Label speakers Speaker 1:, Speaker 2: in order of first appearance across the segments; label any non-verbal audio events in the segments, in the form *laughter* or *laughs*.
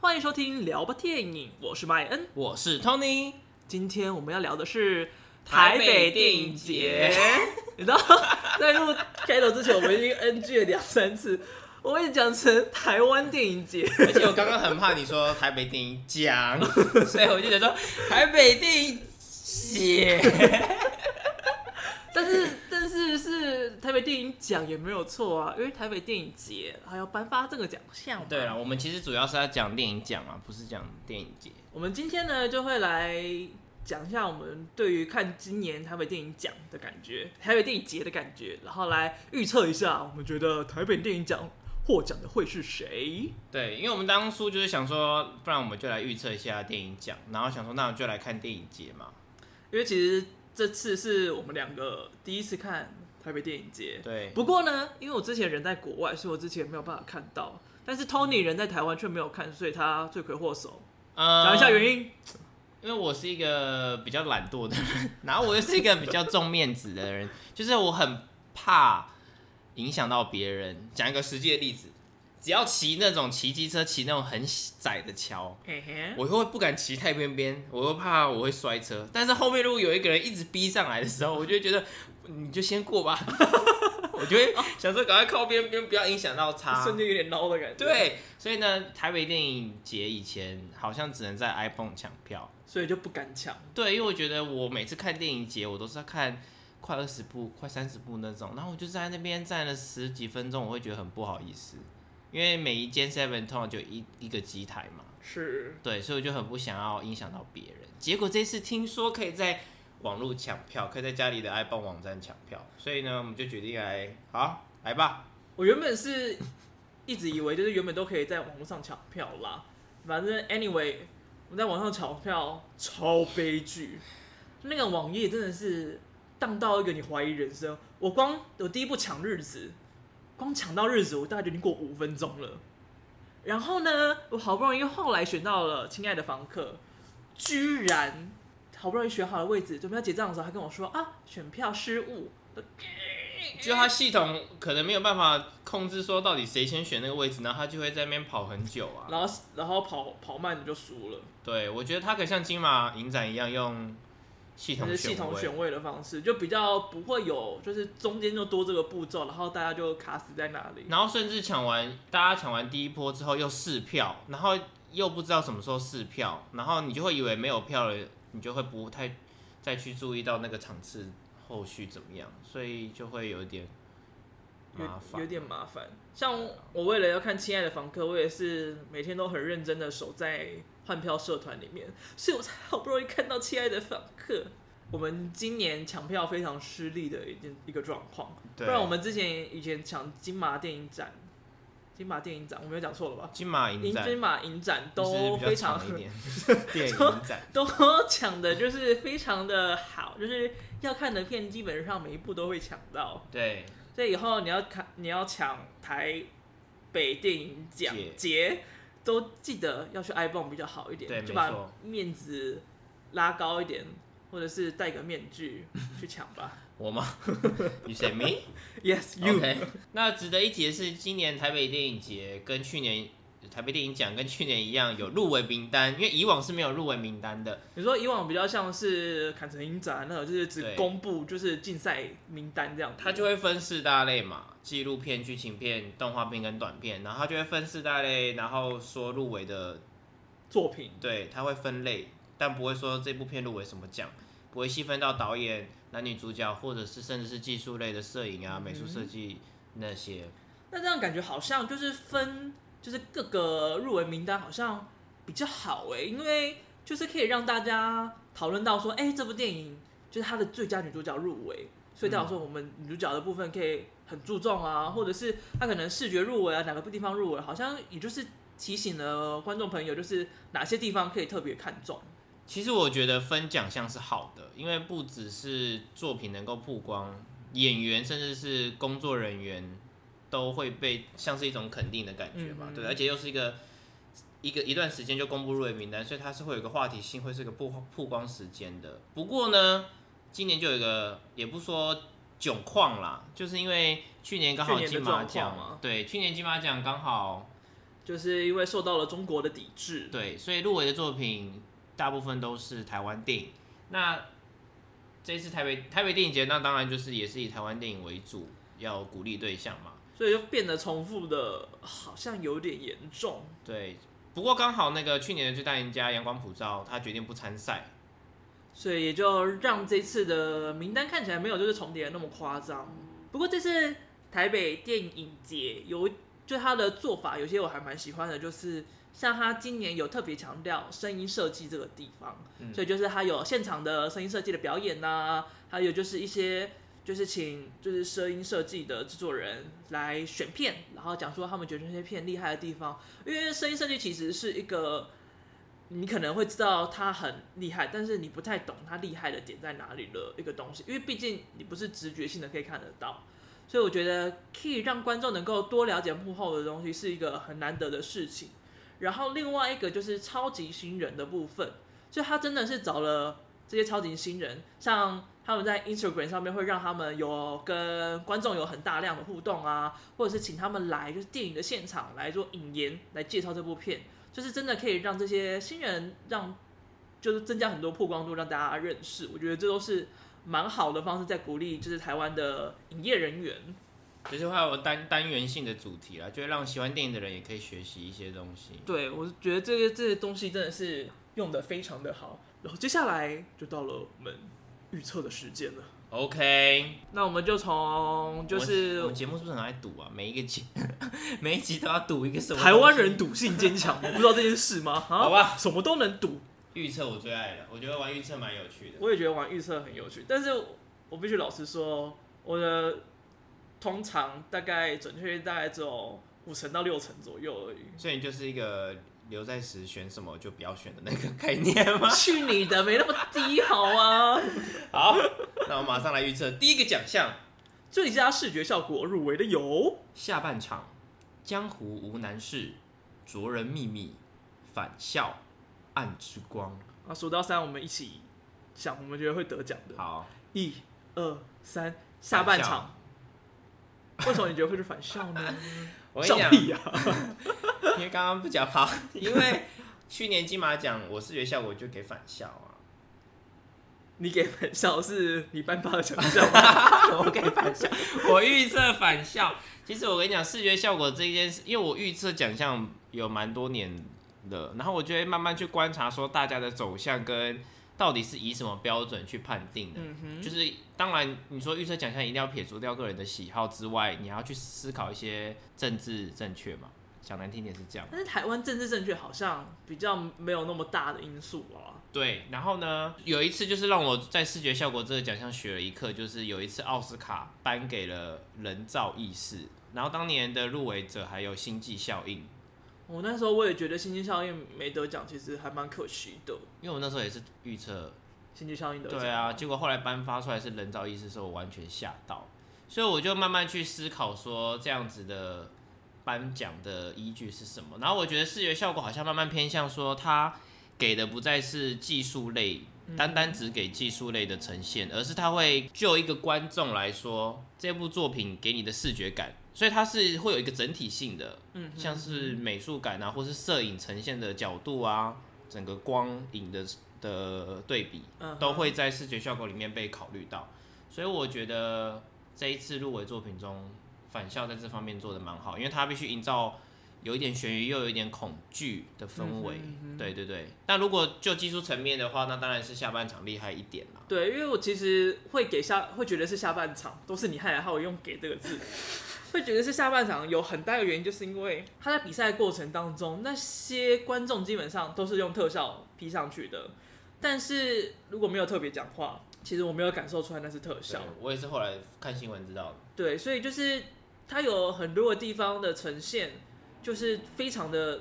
Speaker 1: 欢迎收听聊吧电影，我是麦恩。
Speaker 2: 我是 Tony，
Speaker 1: 今天我们要聊的是
Speaker 2: 台
Speaker 1: 北
Speaker 2: 北
Speaker 1: 电
Speaker 2: 电
Speaker 1: 影
Speaker 2: 影
Speaker 1: 节
Speaker 2: 节。
Speaker 1: 你知道， *laughs* 在录开头之前，我们已经 NG 了两三次，我也讲成台湾电影节。
Speaker 2: 而且我刚刚很怕你说台北电影奖， *laughs* 所以我就想说台北电影节。
Speaker 1: 但是，但是是台北电影奖也没有错啊，因为台北电影节还要颁发这个奖项嘛。
Speaker 2: 对了，我们其实主要是要讲电影奖啊，不是讲电影节。
Speaker 1: 我们今天呢就会来讲一下我们对于看今年台北电影奖的感觉，台北电影节的感觉，然后来预测一下我们觉得台北电影奖获奖的会是谁。
Speaker 2: 对，因为我们当初就是想说，不然我们就来预测一下电影奖，然后想说那我们就来看电影节嘛。
Speaker 1: 因为其实这次是我们两个第一次看台北电影节，
Speaker 2: 对，
Speaker 1: 不过呢，因为我之前人在国外，所以我之前没有办法看到。但是 Tony 人在台湾却没有看，所以他罪魁祸首。
Speaker 2: 呃
Speaker 1: 讲一下原因，
Speaker 2: 因为我是一个比较懒惰的人， *laughs* 然后我又是一个比较重面子的人，就是我很怕影响到别人。讲一个实际的例子，只要骑那种骑机车骑那种很窄的桥，
Speaker 1: 嘿嘿，
Speaker 2: 我又会不敢骑太边边，我又怕我会摔车。但是后面如果有一个人一直逼上来的时候，我就会觉得嗯你就先过吧， *laughs* 我就会想说赶快靠边边，不要影响到他。
Speaker 1: 瞬间有点孬的感觉。，
Speaker 2: 对，所以呢，台北电影节以前好像只能在 iPhone 抢票。
Speaker 1: 所以就不敢抢。
Speaker 2: 对，因为我觉得我每次看电影节，我都是要看快二十部、快三十部那种，然后我就在那边站了十几分钟，我会觉得很不好意思，因为每一间 Seven 通常就一一个机台嘛，
Speaker 1: 是，
Speaker 2: 对，所以我就很不想要影响到别人。结果这次听说可以在网络抢票，可以在家里的 iPhone 网站抢票，所以呢，我们就决定来，好，来吧，
Speaker 1: 我原本是一直以为就是原本都可以在网络上抢票啦，反正 anyway 我在网上抢票超悲剧，那个网页真的是荡到一个你怀疑人生。我光我第一步抢日子，光抢到日子我大概就已经过五分钟了。然后呢，我好不容易后来选到了《亲爱的房客》，居然好不容易选好了位置，准备要结账的时候，他跟我说啊，选票失误。
Speaker 2: 就它系统可能没有办法控制说到底谁先选那个位置，然后它就会在那边跑很久啊。
Speaker 1: 然后，然后跑跑慢你就输了。
Speaker 2: 对，我觉得它可以像金马影展一样用系
Speaker 1: 就
Speaker 2: 统
Speaker 1: 是
Speaker 2: 选
Speaker 1: 系
Speaker 2: 位。
Speaker 1: 统选位的方式，就比较不会有，就是中间就多这个步骤，然后大家就卡死在那里。
Speaker 2: 然后甚至抢完，大家抢完第一波之后又试票，然后又不知道什么时候试票，然后你就会以为没有票了，你就会不太再去注意到那个场次后续怎么样，所以就会有一点麻
Speaker 1: 有
Speaker 2: 烦
Speaker 1: 有。点麻烦，像我为了要看《亲爱的房客》，我也是每天都很认真的守在换票社团里面，所以我才好不容易看到《亲爱的房客》。我们今年抢票非常失利的一件一个状况，不
Speaker 2: 对
Speaker 1: 然我们之前以前抢金马电影展，金马电影展我没有讲错了吧？
Speaker 2: 金马影
Speaker 1: 银
Speaker 2: 展
Speaker 1: 金马影展
Speaker 2: 就是
Speaker 1: 都
Speaker 2: 比较
Speaker 1: 非常
Speaker 2: 长一
Speaker 1: *laughs*
Speaker 2: 点，电影
Speaker 1: 都
Speaker 2: 影展。
Speaker 1: 都抢的就是非常的好，就是要看的片基本上每一部都会抢到，
Speaker 2: 对，
Speaker 1: 所以以后你要看你要抢台北电影奖
Speaker 2: 节
Speaker 1: 节，都记得要去 iPhone 比较好一
Speaker 2: 对
Speaker 1: 点，
Speaker 2: 没
Speaker 1: 就把
Speaker 2: 错
Speaker 1: 面子拉高一点，或者是戴个面具 *laughs* 去抢吧。
Speaker 2: 我吗 *laughs*
Speaker 1: *laughs*
Speaker 2: ？You say me？
Speaker 1: Yes, you.
Speaker 2: OK，那值得一提的是，今年台北电影节跟去年台北电影奖跟去年一样有入围名单，因为以往是没有入围名单的。
Speaker 1: 你说以往比较像是坎城影展那种，就是只
Speaker 2: 对
Speaker 1: 公布就是竞赛名单这样子，
Speaker 2: 它就会分四大类嘛，纪录片、剧情片、动画片跟短片，然后它就会分四大类，然后说入围的，
Speaker 1: 作品
Speaker 2: 对，它会分类，但不会说这部片入围什么奖，不会细分到导演、男女主角，或者是甚至是技术类的摄影啊、美术设计那些。
Speaker 1: 那这样感觉好像就是分，就是各个入围名单好像比较好哎、因为就是可以让大家讨论到说，哎、这部电影就是它的最佳女主角入围，所以代表说我们女主角的部分可以很注重啊，或者是她可能视觉入围啊，哪个地方入围，好像也就是提醒了观众朋友，就是哪些地方可以特别看重。
Speaker 2: 其实我觉得分奖项是好的，因为不只是作品能够曝光，演员甚至是工作人员都会被像是一种肯定的感觉吧。
Speaker 1: 嗯嗯
Speaker 2: 对，而且又是一个一个一段时间就公布入围名单，所以它是会有一个话题性，会是一个曝曝光时间的。不过呢，今年就有一个也不说窘况啦，就是因为去年刚好
Speaker 1: 去年的
Speaker 2: 金马
Speaker 1: 状况
Speaker 2: 奖
Speaker 1: 吗，
Speaker 2: 对，去年金马奖刚好
Speaker 1: 就是因为受到了中国的抵制。
Speaker 2: 对，所以入围的作品大部分都是台湾电影。那这一次台北台北电影节，那当然就是也是以台湾电影为主，要鼓励对象嘛。
Speaker 1: 所以就变得重复的，好像有点严重。
Speaker 2: 对，不过刚好那个去年的最大赢家阳光普照，他决定不参赛。
Speaker 1: 所以也就让这次的名单看起来没有就是重叠的那么夸张。不过这次台北电影节有就他的做法，有些我还蛮喜欢的，就是像他今年有特别强调声音设计这个地方，
Speaker 2: 嗯
Speaker 1: 所以就是他有现场的声音设计的表演呐、还有就是一些就是请就是声音设计的制作人来选片，然后讲说他们觉得那些片厉害的地方，因为声音设计其实是一个你可能会知道它很厉害，但是你不太懂它厉害的点在哪里的一个东西，因为毕竟你不是直觉性的可以看得到，所以我觉得可以让观众能够多了解幕后的东西是一个很难得的事情。然后另外一个就是超级新人的部分，所以他真的是找了这些超级新人，像他们在 Instagram 上面会让他们有跟观众有很大量的互动啊，或者是请他们来就是电影的现场来做引言，来介绍这部片。就是真的可以让这些新人让就是增加很多曝光度，让大家认识。我觉得这都是蛮好的方式，在鼓励就是台湾的营业人员。
Speaker 2: 就是会有单单元性的主题啦，就会让喜欢电影的人也可以学习一些东西。
Speaker 1: 对，我觉得这个这些东西真的是用的非常的好。然后接下来就到了我们预测的时间了。
Speaker 2: OK，
Speaker 1: 那我们就从就
Speaker 2: 我
Speaker 1: 是
Speaker 2: 们节目是不是很爱赌啊？每一个集 *laughs* 每一集都要赌一个什么？
Speaker 1: 台湾人赌性坚强，你不知道这件事吗？啊
Speaker 2: 好吧，
Speaker 1: 什么都能赌。
Speaker 2: 预测我最爱的，我觉得玩预测蛮有趣的。
Speaker 1: 我也觉得玩预测很有趣，但是我必须老实说，我的通常大概准确率大概只有五成到六成左右而已。
Speaker 2: 所以你就是一个留在时选什么就不要选的那个概念
Speaker 1: *laughs*
Speaker 2: 吗？
Speaker 1: *laughs* 去你的，没那么低好 *laughs* 吗？
Speaker 2: 好， *laughs* 那我马上来预测第一个奖项，
Speaker 1: 最佳视觉效果入围的有
Speaker 2: 下半场，江湖无难事，卓人秘密，返校，暗之光。
Speaker 1: 啊，数到三我们一起想，我们觉得会得奖的。
Speaker 2: 好，
Speaker 1: 一、二、三，下半
Speaker 2: 反
Speaker 1: 场
Speaker 2: 校。
Speaker 1: 为什么你觉得会是反校 *laughs* 呢？
Speaker 2: 我跟
Speaker 1: 笑
Speaker 2: 你讲，
Speaker 1: 屁呀、啊
Speaker 2: 因为刚刚不讲好，因为去年金马奖我视觉效果就给返校啊，
Speaker 1: 你给反校是你颁发的奖项吗？
Speaker 2: 我给返校，我预测返校。其实我跟你讲，视觉效果这件事，因为我预测奖项有蛮多年的，然后我就会慢慢去观察说大家的走向跟到底是以什么标准去判定
Speaker 1: *laughs*
Speaker 2: 的。
Speaker 1: 嗯哼，
Speaker 2: 就是当然，你说预测奖项一定要撇除掉个人的喜好之外，你还要去思考一些政治正确嘛。讲难听点是这样。
Speaker 1: 但是台湾政治正确好像比较没有那么大的因素啊。
Speaker 2: 对，然后呢，有一次就是让我在视觉效果这个奖项学了一课，就是有一次奥斯卡颁给了人造意识，然后当年的入围者还有星际效应，
Speaker 1: 我那时候我也觉得《星际效应》没得奖，其实还蛮可惜的，《
Speaker 2: 因为我那时候也是预测，
Speaker 1: 星际效应》得奖。
Speaker 2: 对啊，结果后来颁发出来是人造意识的时候，我完全吓到，所以我就慢慢去思考说这样子的颁奖的依据是什么，然后我觉得视觉效果好像慢慢偏向说它给的不再是技术类
Speaker 1: 嗯
Speaker 2: 单单只给技术类的呈现，而是它会就一个观众来说，这部作品给你的视觉感，所以它是会有一个整体性的，
Speaker 1: 嗯哼
Speaker 2: 像是美术感啊，或是摄影呈现的角度啊，整个光影的的对比
Speaker 1: 嗯，哼
Speaker 2: 都会在视觉效果里面被考虑到。所以我觉得这一次入围作品中，返校在这方面做的蛮好，因为它必须营造有一点悬疑又有一点恐惧的氛围。
Speaker 1: 嗯哼嗯哼
Speaker 2: 对对对，但如果就技术层面的话，那当然是下半场厉害一点啦。
Speaker 1: 对，因为我其实会给下，会觉得是下半场，都是你害害我用“给”这个
Speaker 2: *laughs*
Speaker 1: 字，会觉得是下半场有很大的原因，就是因为他在比赛过程当中，那些观众基本上都是用特效 P 上去的，但是如果没有特别讲话，其实我没有感受出来那是特效
Speaker 2: 对。我也是后来看新闻知道的。
Speaker 1: 对，所以就是它有很多的地方的呈现，就是非常的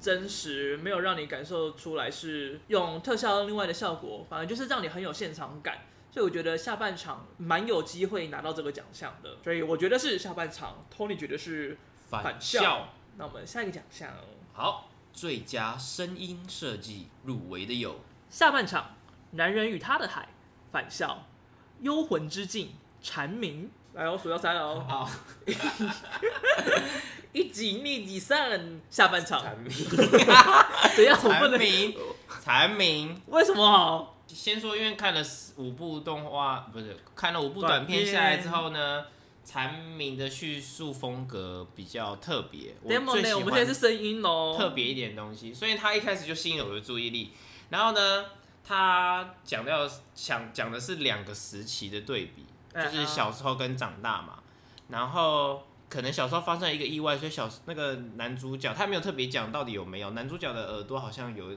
Speaker 1: 真实，没有让你感受出来是用特效另外的效果，反而就是让你很有现场感。所以我觉得下半场蛮有机会拿到这个奖项的，所以我觉得是下半场。Tony 觉得是，
Speaker 2: 返
Speaker 1: 返
Speaker 2: 校
Speaker 1: 校那我们下一个奖项，哦
Speaker 2: 好，最佳声音设计入围的有
Speaker 1: 下半场《男人与他的海》《返校》《幽魂之境》《蝉鸣》。来哦，数到三哦，
Speaker 2: 啊，
Speaker 1: 一级、密集三下半场，
Speaker 2: 蝉鸣，
Speaker 1: 怎 *laughs* 样？我不
Speaker 2: 蝉
Speaker 1: 能
Speaker 2: 鸣，蝉鸣。
Speaker 1: 为什么？
Speaker 2: 先说，因为看了五部动画，不是看了五部
Speaker 1: 短
Speaker 2: 短
Speaker 1: 片
Speaker 2: 片下来之后呢，蝉鸣的叙述风格比较特别，我
Speaker 1: demo
Speaker 2: 最喜
Speaker 1: 呢？我们现在
Speaker 2: 欢
Speaker 1: 是声音哦，
Speaker 2: 特别一点的东西，所以他一开始就吸引了我的注意力。然后呢，他讲到想讲的是两个时期的对比，
Speaker 1: 嗯
Speaker 2: 就是小时候跟长大嘛。然后可能小时候发生了一个意外，所以小那个男主角他没有特别讲到底有没有，男主角的耳朵好像有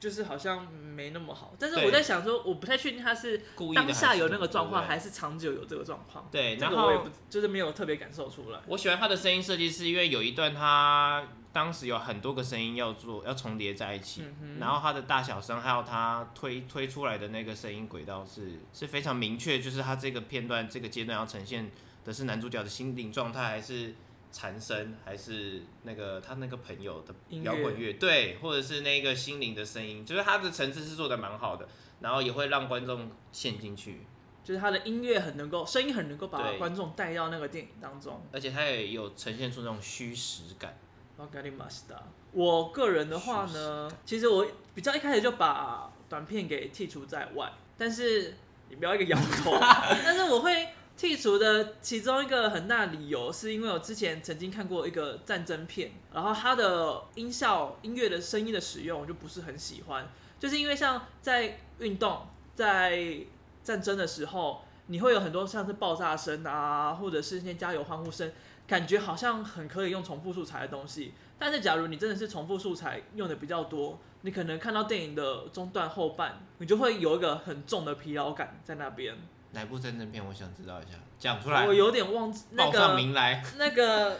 Speaker 1: 就是好像没那么好。但是
Speaker 2: 对
Speaker 1: 我在想说，我不太确定他是
Speaker 2: 故意的
Speaker 1: 当下有那个状况，
Speaker 2: 还
Speaker 1: 还
Speaker 2: 是
Speaker 1: 是长久有这个状况。
Speaker 2: 对，
Speaker 1: 这
Speaker 2: 然
Speaker 1: 个
Speaker 2: 后
Speaker 1: 我也不就是没有特别感受出来。
Speaker 2: 我喜欢他的声音设计，是因为有一段他当时有很多个声音要做，要重叠在一起，
Speaker 1: 嗯哼
Speaker 2: 然后他的大小声，还有他推推出来的那个声音轨道是是非常明确，就是他这个片段这个阶段要呈现的是男主角的心灵状态，还是蝉声，还是那个他那个朋友的
Speaker 1: 音乐
Speaker 2: 摇滚乐，对，或者是那个心灵的声音，就是他的层次是做的蛮好的，然后也会让观众陷进去。
Speaker 1: 就是他的音乐很能够，声音很能够把
Speaker 2: 对
Speaker 1: 观众带到那个电影当中。
Speaker 2: 而且他也有呈现出那种虚实感，
Speaker 1: 然后 g a r i m a s t a 我个人的话呢，其实我比较一开始就把短片给剔除在外，但是你不要一个摇头，但是我会剔除的其中一个很大理由，是因为我之前曾经看过一个战争片，然后它的音效、音乐的声音的使用，我就不是很喜欢，就是因为像在运动、在战争的时候，你会有很多像是爆炸声啊，或者是那些加油欢呼声，感觉好像很可以用重复素材的东西。但是假如你真的是重复素材用的比较多，你可能看到电影的中段后半，你就会有一个很重的疲劳感在那边。
Speaker 2: 哪部战争片？我想知道一下，讲出来
Speaker 1: 我，有点忘记那
Speaker 2: 报上
Speaker 1: 个
Speaker 2: 名来。
Speaker 1: 那个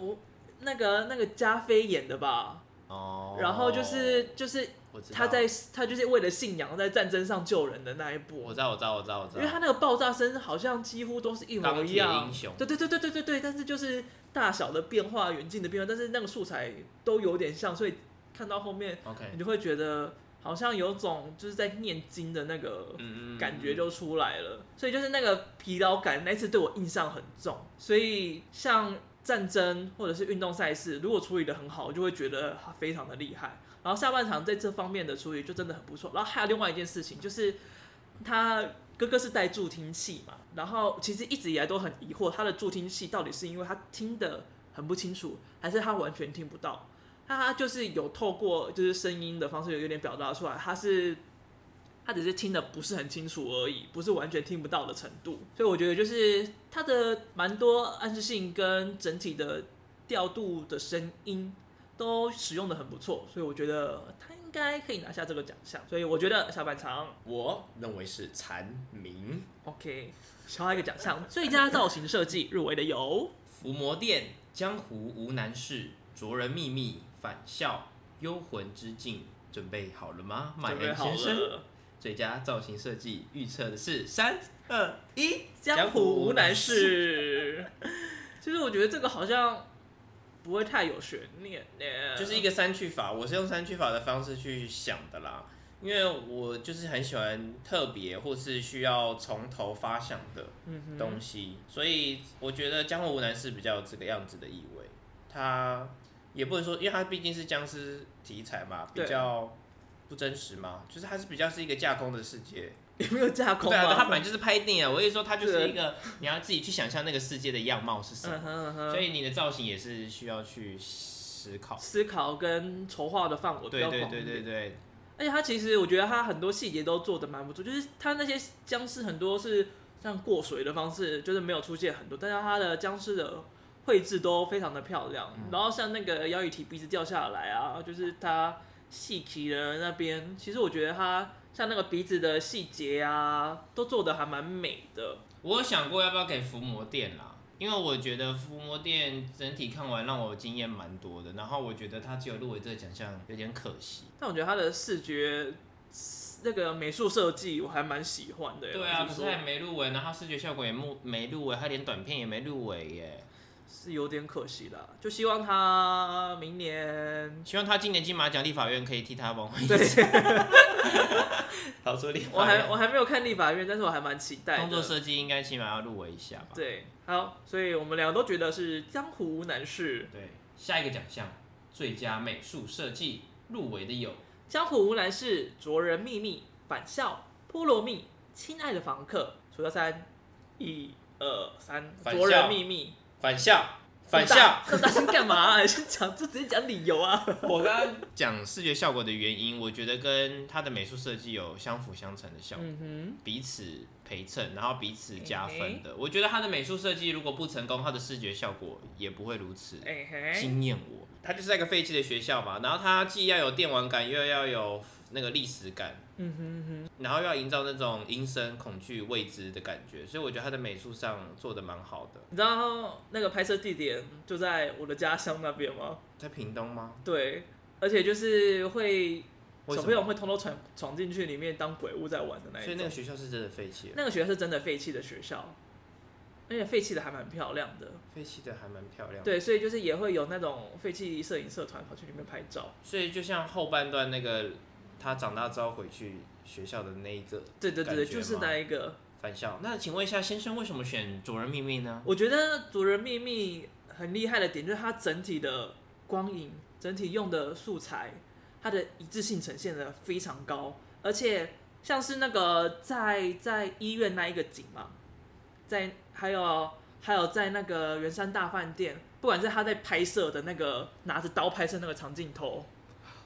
Speaker 1: 我那个那个加菲演的吧，*laughs*
Speaker 2: 哦，
Speaker 1: 然后就是就是
Speaker 2: 我知道
Speaker 1: 他在他就是为了信仰在战争上救人的那一部，
Speaker 2: 我知道，我知道，我知道，我知
Speaker 1: 因为他那
Speaker 2: 道。
Speaker 1: 个爆炸声好像几乎都是一模
Speaker 2: 钢
Speaker 1: 一
Speaker 2: 铁
Speaker 1: 样
Speaker 2: 英，雄，
Speaker 1: 对对对对对对对，但是就是大小的变化、远近的变化，但是那个素材都有点像，所以看到后面 *laughs*
Speaker 2: OK，
Speaker 1: 你就会觉得好像有种就是在念经的那个
Speaker 2: 嗯嗯，
Speaker 1: 感觉就出来了，所以就是那个疲劳感那次对我印象很重，所以像战争或者是运动赛事，如果处理的很好，我就会觉得他非常的厉害。然后下半场在这方面的处理就真的很不错。然后还有另外一件事情就是，他哥哥是带助听器嘛，然后其实一直以来都很疑惑他的助听器到底是因为他听得很不清楚，还是他完全听不到。他就是有透过就是声音的方式有点表达出来，他是他只是听的不是很清楚而已，不是完全听不到的程度。所以我觉得就是它的蛮多暗示性跟整体的调度的声音都使用的很不错，所以我觉得他应该可以拿下这个奖项。所以我觉得下半场
Speaker 2: 我认为是蝉鸣
Speaker 1: OK，下一个奖项最佳造型设计入围的有
Speaker 2: 伏魔殿、江湖无难事、卓人秘密、返校、幽魂之境。准备好了吗，马
Speaker 1: 准备
Speaker 2: 人
Speaker 1: 好
Speaker 2: 先生？
Speaker 1: 了，
Speaker 2: 最佳造型设计预测的是三二一，
Speaker 1: 江湖无难事。其实我觉得这个好像不会太有悬念呢，
Speaker 2: 就是一个删去法，我是用删去法的方式去想的啦，因为我就是很喜欢特别或是需要从头发想的
Speaker 1: 嗯哼
Speaker 2: 东西，所以我觉得《江湖无难事》比较有这个样子的意味。它也不能说，因为它毕竟是僵尸题材嘛，比
Speaker 1: 对
Speaker 2: 较不真实嘛，就是它是比较是一个架空的世界。
Speaker 1: 有没有架空
Speaker 2: 对啊，它
Speaker 1: 啊？
Speaker 2: 本来就是拍电影啊，我跟你说，它就是
Speaker 1: 对
Speaker 2: 一个你要自己去想象那个世界的样貌是什么
Speaker 1: 嗯，哼嗯哼
Speaker 2: 所以你的造型也是需要去思考。
Speaker 1: 思考跟筹划的范围比
Speaker 2: 对
Speaker 1: 较广
Speaker 2: 对
Speaker 1: 一
Speaker 2: 对
Speaker 1: 点。
Speaker 2: 对对，
Speaker 1: 而且他其实我觉得他很多细节都做的蛮不错，就是他那些僵尸很多是像过水的方式，就是没有出现很多，但是他的僵尸的绘制都非常的漂亮。
Speaker 2: 嗯
Speaker 1: 然后像那个妖雨体鼻子掉下来啊，就是他细皮的那边，其实我觉得他像那个鼻子的细节啊，都做的还蛮美的。
Speaker 2: 我有想过要不要给伏魔殿啦，因为我觉得伏魔殿整体看完让我惊艳蛮多的，然后我觉得它只有入围这个奖项有点可惜。
Speaker 1: 但我觉得他的视觉那个美术设计我还蛮喜欢的耶。
Speaker 2: 对啊，
Speaker 1: 老
Speaker 2: 可
Speaker 1: 实
Speaker 2: 是
Speaker 1: 说
Speaker 2: 它也没入围，然后它视觉效果也没没入围，它连短片也没入围耶，
Speaker 1: 是有点可惜啦，就希望他明年。
Speaker 2: 希望他今年金马奖立法院可以替他挽回，
Speaker 1: 对，
Speaker 2: *laughs* 逃出立
Speaker 1: 我
Speaker 2: 法
Speaker 1: 还
Speaker 2: 院。
Speaker 1: 我还没有看立法院，但是我还蛮期待的。
Speaker 2: 工作设计应该起码要入围一下吧？
Speaker 1: 对，好，所以我们两个都觉得是江湖男士。
Speaker 2: 对，下一个奖项最佳美术设计入围的有
Speaker 1: 江湖无难事，卓人秘密，返校，菠萝蜜，亲爱的房客，数到三，一二三，
Speaker 2: 返校
Speaker 1: 卓人秘密，
Speaker 2: 返校，返
Speaker 1: 这么
Speaker 2: 校
Speaker 1: 大。这么大声干嘛、啊？ *laughs* 先讲，就直接讲理由
Speaker 2: *laughs*
Speaker 1: 啊。
Speaker 2: 我刚刚讲视觉效果的原因，我觉得跟他的美术设计有相辅相成的效果，
Speaker 1: 嗯
Speaker 2: 彼此陪衬，然后彼此加分的。我觉得他的美术设计如果不成功，他的视觉效果也不会如此
Speaker 1: 哼，哎、嘿，
Speaker 2: 惊艳我。他就是在一个废弃的学校嘛，然后他既要有电玩感，又要有那个历史感，
Speaker 1: 嗯哼嗯
Speaker 2: 然后又要营造那种阴森、恐惧、未知的感觉，所以我觉得他的美术上做的蛮好的
Speaker 1: 哼。，你知道那个拍摄地点就在我的家乡那边吗？
Speaker 2: 在屏东吗？
Speaker 1: 对，而且就是会小
Speaker 2: 为什
Speaker 1: 朋友
Speaker 2: 么？
Speaker 1: 会偷偷闯闯进去里面当鬼屋在玩的那一
Speaker 2: 所以
Speaker 1: 种。
Speaker 2: 那个学校是真的废弃了，
Speaker 1: 那个学校是真的废弃的学校，而且废弃的还蛮漂亮的。
Speaker 2: 废弃的还蛮漂亮的。
Speaker 1: 对，所以就是也会有那种废弃摄影社团跑去里面拍照。
Speaker 2: 所以就像后半段那个他长大之后回去学校的那一个
Speaker 1: 对对对，
Speaker 2: 感觉
Speaker 1: 就是
Speaker 2: 吗
Speaker 1: 那一个。
Speaker 2: 返校。那请问一下，先生为什么选《主人秘密》呢？
Speaker 1: 我觉得《主人秘密》很厉害的点就是它整体的光影、整体用的素材，它的一致性呈现的非常高，而且像是那个在在医院那一个景嘛，在还有还有在那个圆山大饭店，不管是他在拍摄的那个拿着刀拍摄那个长镜头，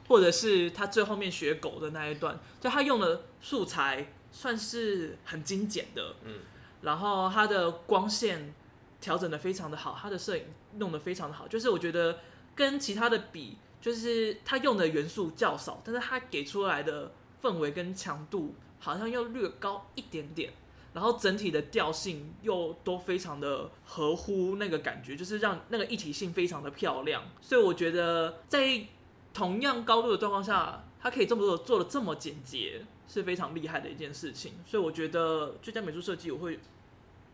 Speaker 1: 或者是他最后面学狗的那一段，就他用的素材算是很精简的，
Speaker 2: 嗯，
Speaker 1: 然后它的光线调整的非常的好，它的摄影弄得非常的好，就是我觉得跟其他的比，就是它用的元素较少，但是它给出来的氛围跟强度好像又略高一点点，然后整体的调性又都非常的合乎那个感觉，就是让那个一体性非常的漂亮，所以我觉得在同样高度的状况下，它可以这么做做的这么简洁，是非常厉害的一件事情，所以我觉得最佳美术设计我会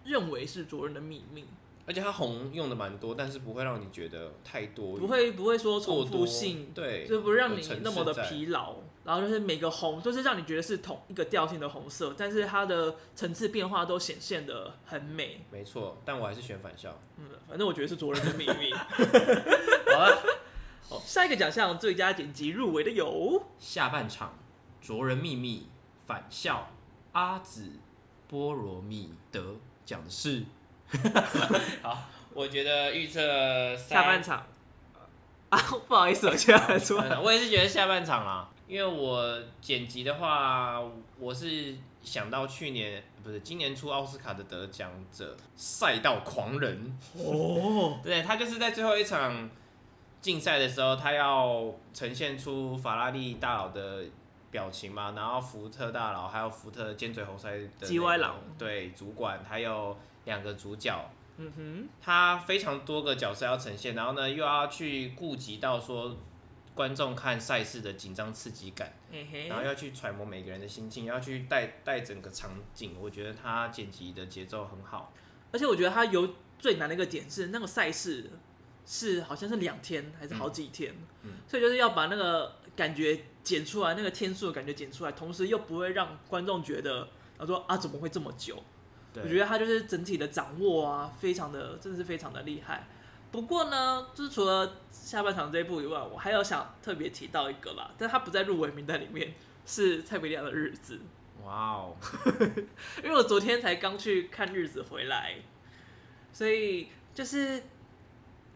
Speaker 1: 认为是卓人的秘密。
Speaker 2: 而且他红用的蛮多，但是不会让你觉得太多余，
Speaker 1: 不会不会说
Speaker 2: 过
Speaker 1: 重
Speaker 2: 多
Speaker 1: 复性，
Speaker 2: 对，
Speaker 1: 就不让
Speaker 2: 有
Speaker 1: 你
Speaker 2: 层次
Speaker 1: 那么的
Speaker 2: 在。
Speaker 1: 疲劳。然后就是每个红，就是让你觉得是同一个调性的红色，但是它的层次变化都显现的很美。
Speaker 2: 没错，但我还是选返
Speaker 1: *laughs*
Speaker 2: 校。
Speaker 1: 嗯，反正我觉得是卓人的秘
Speaker 2: *laughs*
Speaker 1: 密。
Speaker 2: 好了，
Speaker 1: 下一个奖项最佳剪辑入围的有
Speaker 2: 下半场《卓人秘密》返校阿紫波罗蜜得奖的是， *laughs* 好，我觉得预测三
Speaker 1: 下半场 *laughs* 啊，不好意思，我现在出来。
Speaker 2: 嗯我也是觉得下半场啦，因为我剪辑的话，我是想到去年不是今年出奥斯卡的得奖者《赛道狂人
Speaker 1: 哦》，，
Speaker 2: 对他就是在最后一场竞赛的时候，他要呈现出法拉利大佬的表情嘛，然后福特大佬还有福特尖嘴猴腮的那个
Speaker 1: GY 佬
Speaker 2: 对主管还有两个主角，
Speaker 1: 嗯哼，
Speaker 2: 他非常多个角色要呈现，然后呢又要去顾及到说观众看赛事的紧张刺激感，
Speaker 1: 嘿嘿
Speaker 2: 然，后要去揣摩每个人的心境，要去带带整个场景。我觉得他剪辑的节奏很好，
Speaker 1: 而且我觉得它有最难的一个点是，那个赛事是好像是两天还是好几天，
Speaker 2: 嗯嗯
Speaker 1: 所以就是要把那个感觉剪出来，那个天数的感觉剪出来，同时又不会让观众觉得，他说啊怎么会这么久？我觉
Speaker 2: 对，
Speaker 1: 得他就是整体的掌握啊，非常的真的是非常的厉害。不过呢，就是除了下半场这一部以外，我还有想特别提到一个啦，但他不在入围名单里面，是蔡明亮的日子。
Speaker 2: 哇哦，
Speaker 1: 因为我昨天才刚去看日子回来，所以就是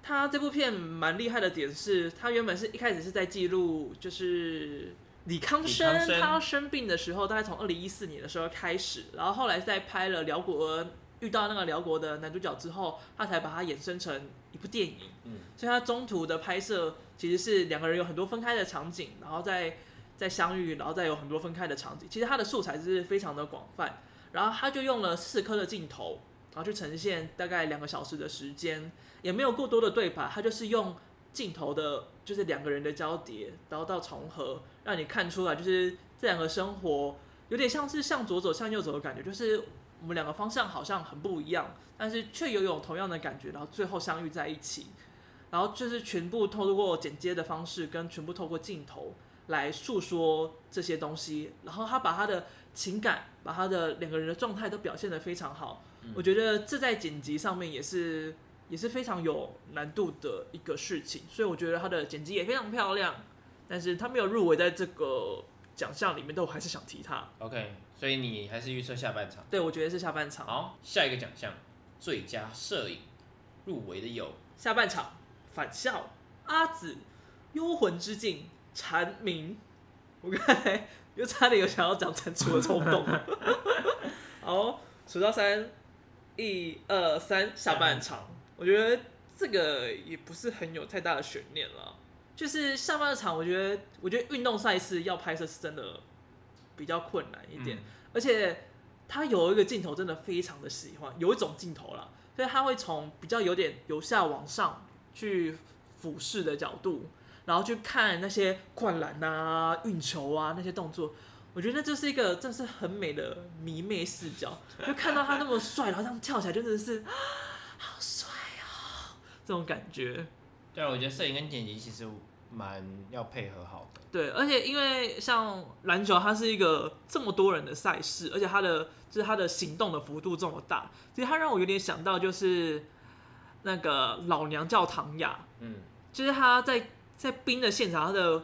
Speaker 1: 他这部片蛮厉害的点是，他原本是一开始是在记录就是李康生
Speaker 2: 李康生
Speaker 1: 他生病的时候，大概从二零一四年的时候开始，然后后来在拍了辽国遇到那个辽国的男主角之后，他才把它衍生成一部电影。
Speaker 2: 嗯，
Speaker 1: 所以他中途的拍摄其实是两个人有很多分开的场景，然后再再相遇，然后再有很多分开的场景。其实他的素材是非常的广泛，然后他就用了四颗的镜头，然后去呈现大概两个小时的时间，也没有过多的对白，他就是用镜头的，就是两个人的交叠，然后到重合，让你看出来就是这两个生活有点像是向左走向右走的感觉，就是我们两个方向好像很不一样，但是却又有同样的感觉，然后最后相遇在一起，然后就是全部透过剪接的方式跟全部透过镜头来诉说这些东西，然后他把他的情感，把他的两个人的状态都表现得非常好，我觉得这在剪辑上面也是也是非常有难度的一个事情，所以我觉得他的剪辑也非常漂亮，但是他没有入围在这个奖项里面，但我还是想提他。
Speaker 2: OK，所以你还是预测下半场。
Speaker 1: 对，我觉得是下半场。
Speaker 2: 好，下一个奖项最佳摄影入围的有
Speaker 1: 下半场，返校、阿紫、幽魂之境、蝉鸣。我刚才又差点有想要讲蟾蜍的冲动。好，数到三，一二三，下半场。我觉得这个也不是很有太大的悬念了，就是下半场，我觉得，我觉得运动赛事要拍摄是真的比较困难一
Speaker 2: 嗯
Speaker 1: 点。而且他有一个镜头真的非常的喜欢，有一种镜头啦，所以他会从比较有点由下往上去俯视的角度，然后去看那些灌篮啊、运球啊那些动作。我觉得那就是一个真是很美的迷妹视角，就看到他那么帅，然后这样跳起来，就真的是啊好帅哦，这种感觉。
Speaker 2: 对啊，我觉得摄影跟剪辑其实蛮要配合好的。
Speaker 1: 对，而且因为像篮球，它是一个这么多人的赛事，而且它的就是它的行动的幅度这么大，其实它让我有点想到就是那个老娘叫唐雅，
Speaker 2: 嗯，
Speaker 1: 就是他在在冰的现场，他的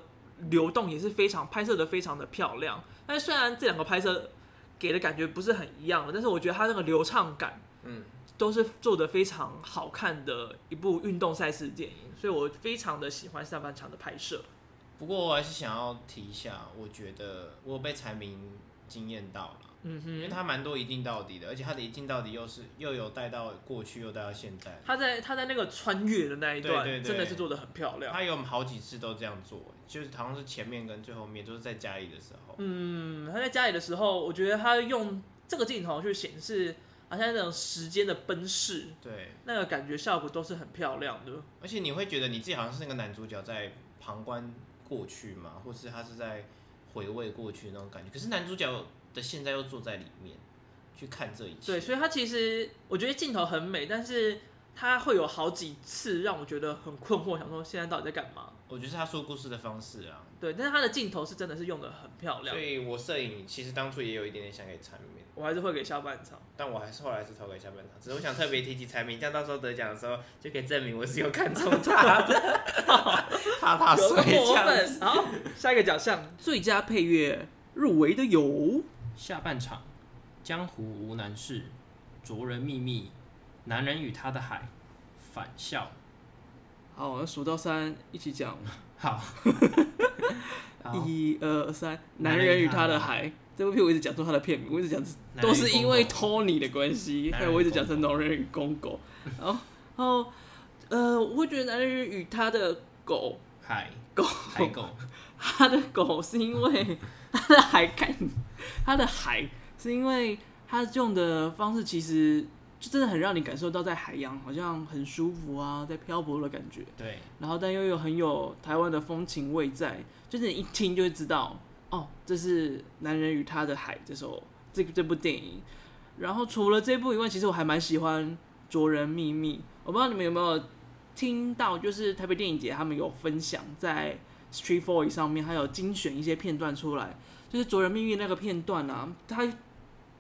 Speaker 1: 流动也是非常拍摄的非常的漂亮。但是虽然这两个拍摄给的感觉不是很一样的，但是我觉得他那个流畅感，
Speaker 2: 嗯，
Speaker 1: 都是做的非常好看的一部运动赛事电影，所以我非常的喜欢上半场的拍摄。
Speaker 2: 不过我还是想要提一下，我觉得我有被柴明惊艳到了。
Speaker 1: 嗯
Speaker 2: 因
Speaker 1: 哼，
Speaker 2: 为他蛮多一镜到底的，而且他的一镜到底又是又有带到过去，又带到现在，
Speaker 1: 他在他在那个穿越的那一段，
Speaker 2: 对对对
Speaker 1: 真的是做的很漂亮。
Speaker 2: 他有好几次都这样做，就是好像是前面跟最后面都是在家里的时候，
Speaker 1: 嗯，他在家里的时候，我觉得他用这个镜头去显示好像那种时间的奔逝，
Speaker 2: 对，
Speaker 1: 那个感觉效果都是很漂亮的。
Speaker 2: 而且你会觉得你自己好像是那个男主角在旁观过去嘛，或是他是在回味过去那种感觉，可是男主角的现在又坐在里面去看这一切，
Speaker 1: 对，所以它其实我觉得镜头很美，但是它会有好几次让我觉得很困惑，想说现在到底在干嘛？
Speaker 2: 我觉得是他说故事的方式啊，
Speaker 1: 对，但是它的镜头是真的是用的很漂亮
Speaker 2: 所，以我摄影其实当初也有一点点想给缠绵。
Speaker 1: 我还是会给下半场。
Speaker 2: 但我还是后来是投给下半场，只是我想特别提及柴明，这样到时候得奖的时候就可以证明我是有看中他的，
Speaker 1: *laughs*
Speaker 2: 踏踏
Speaker 1: 有
Speaker 2: 水啊这
Speaker 1: 过
Speaker 2: 样。
Speaker 1: 分。好，下一个奖项最佳配乐入围的有
Speaker 3: 下半场，江湖无难事，卓人秘密，男人与他的海，返校。
Speaker 1: 好，我数到三一起讲，
Speaker 3: 好，好
Speaker 1: 一二三，男人与他的海。这部片我一直讲出它的片名，我一直讲
Speaker 3: 男人与
Speaker 1: 都是因为
Speaker 3: 公狗
Speaker 1: Tony 的关系，
Speaker 3: 男
Speaker 1: 还
Speaker 3: 人与
Speaker 1: 有我一直讲
Speaker 3: 公
Speaker 1: 成
Speaker 3: 狗
Speaker 1: 男人与公狗，然后然后呃，我会觉得男人与他的狗
Speaker 3: 海
Speaker 1: 狗，
Speaker 3: 海狗，
Speaker 1: 他的狗是因为他的海看他的海是因为他用的方式其实就真的很让你感受到在海洋好像很舒服啊，在漂泊的感觉， *laughs*
Speaker 3: 对，
Speaker 1: 然后但又有很有台湾的风情味在，就是你一听就会知道，哦，这是《男人与他的海》这首这这部电影。然后除了这部以外，其实我还蛮喜欢《卓人秘密》，我不知道你们有没有听到，就是台北电影节他们有分享在 Street f o r 上面，还有精选一些片段出来，就是《卓人秘密》那个片段啊，它。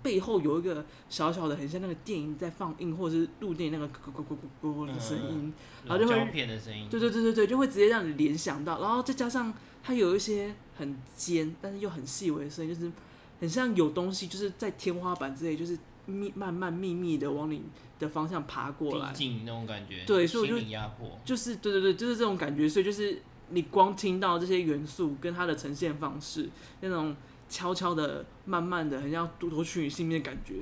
Speaker 1: 背后有一个小小的，很像那个电影在放映或者是录电影那个咕咕咕咕咕咕的声音，然后就会
Speaker 3: 胶片的声音，
Speaker 1: 对对对对对，就会直接让你联想到，然后再加上它有一些很尖，但是又很细微的声音，就是很像有东西就是在天花板之类，就是密慢慢密密的往你的方向爬过来
Speaker 3: 逼，近那种感觉，
Speaker 1: 对所以我就
Speaker 3: 心理压迫，
Speaker 1: 就是对对对，就是这种感觉。所以就是你光听到这些元素跟它的呈现方式，那种悄悄的、慢慢的，很像独夺取你性命的感觉，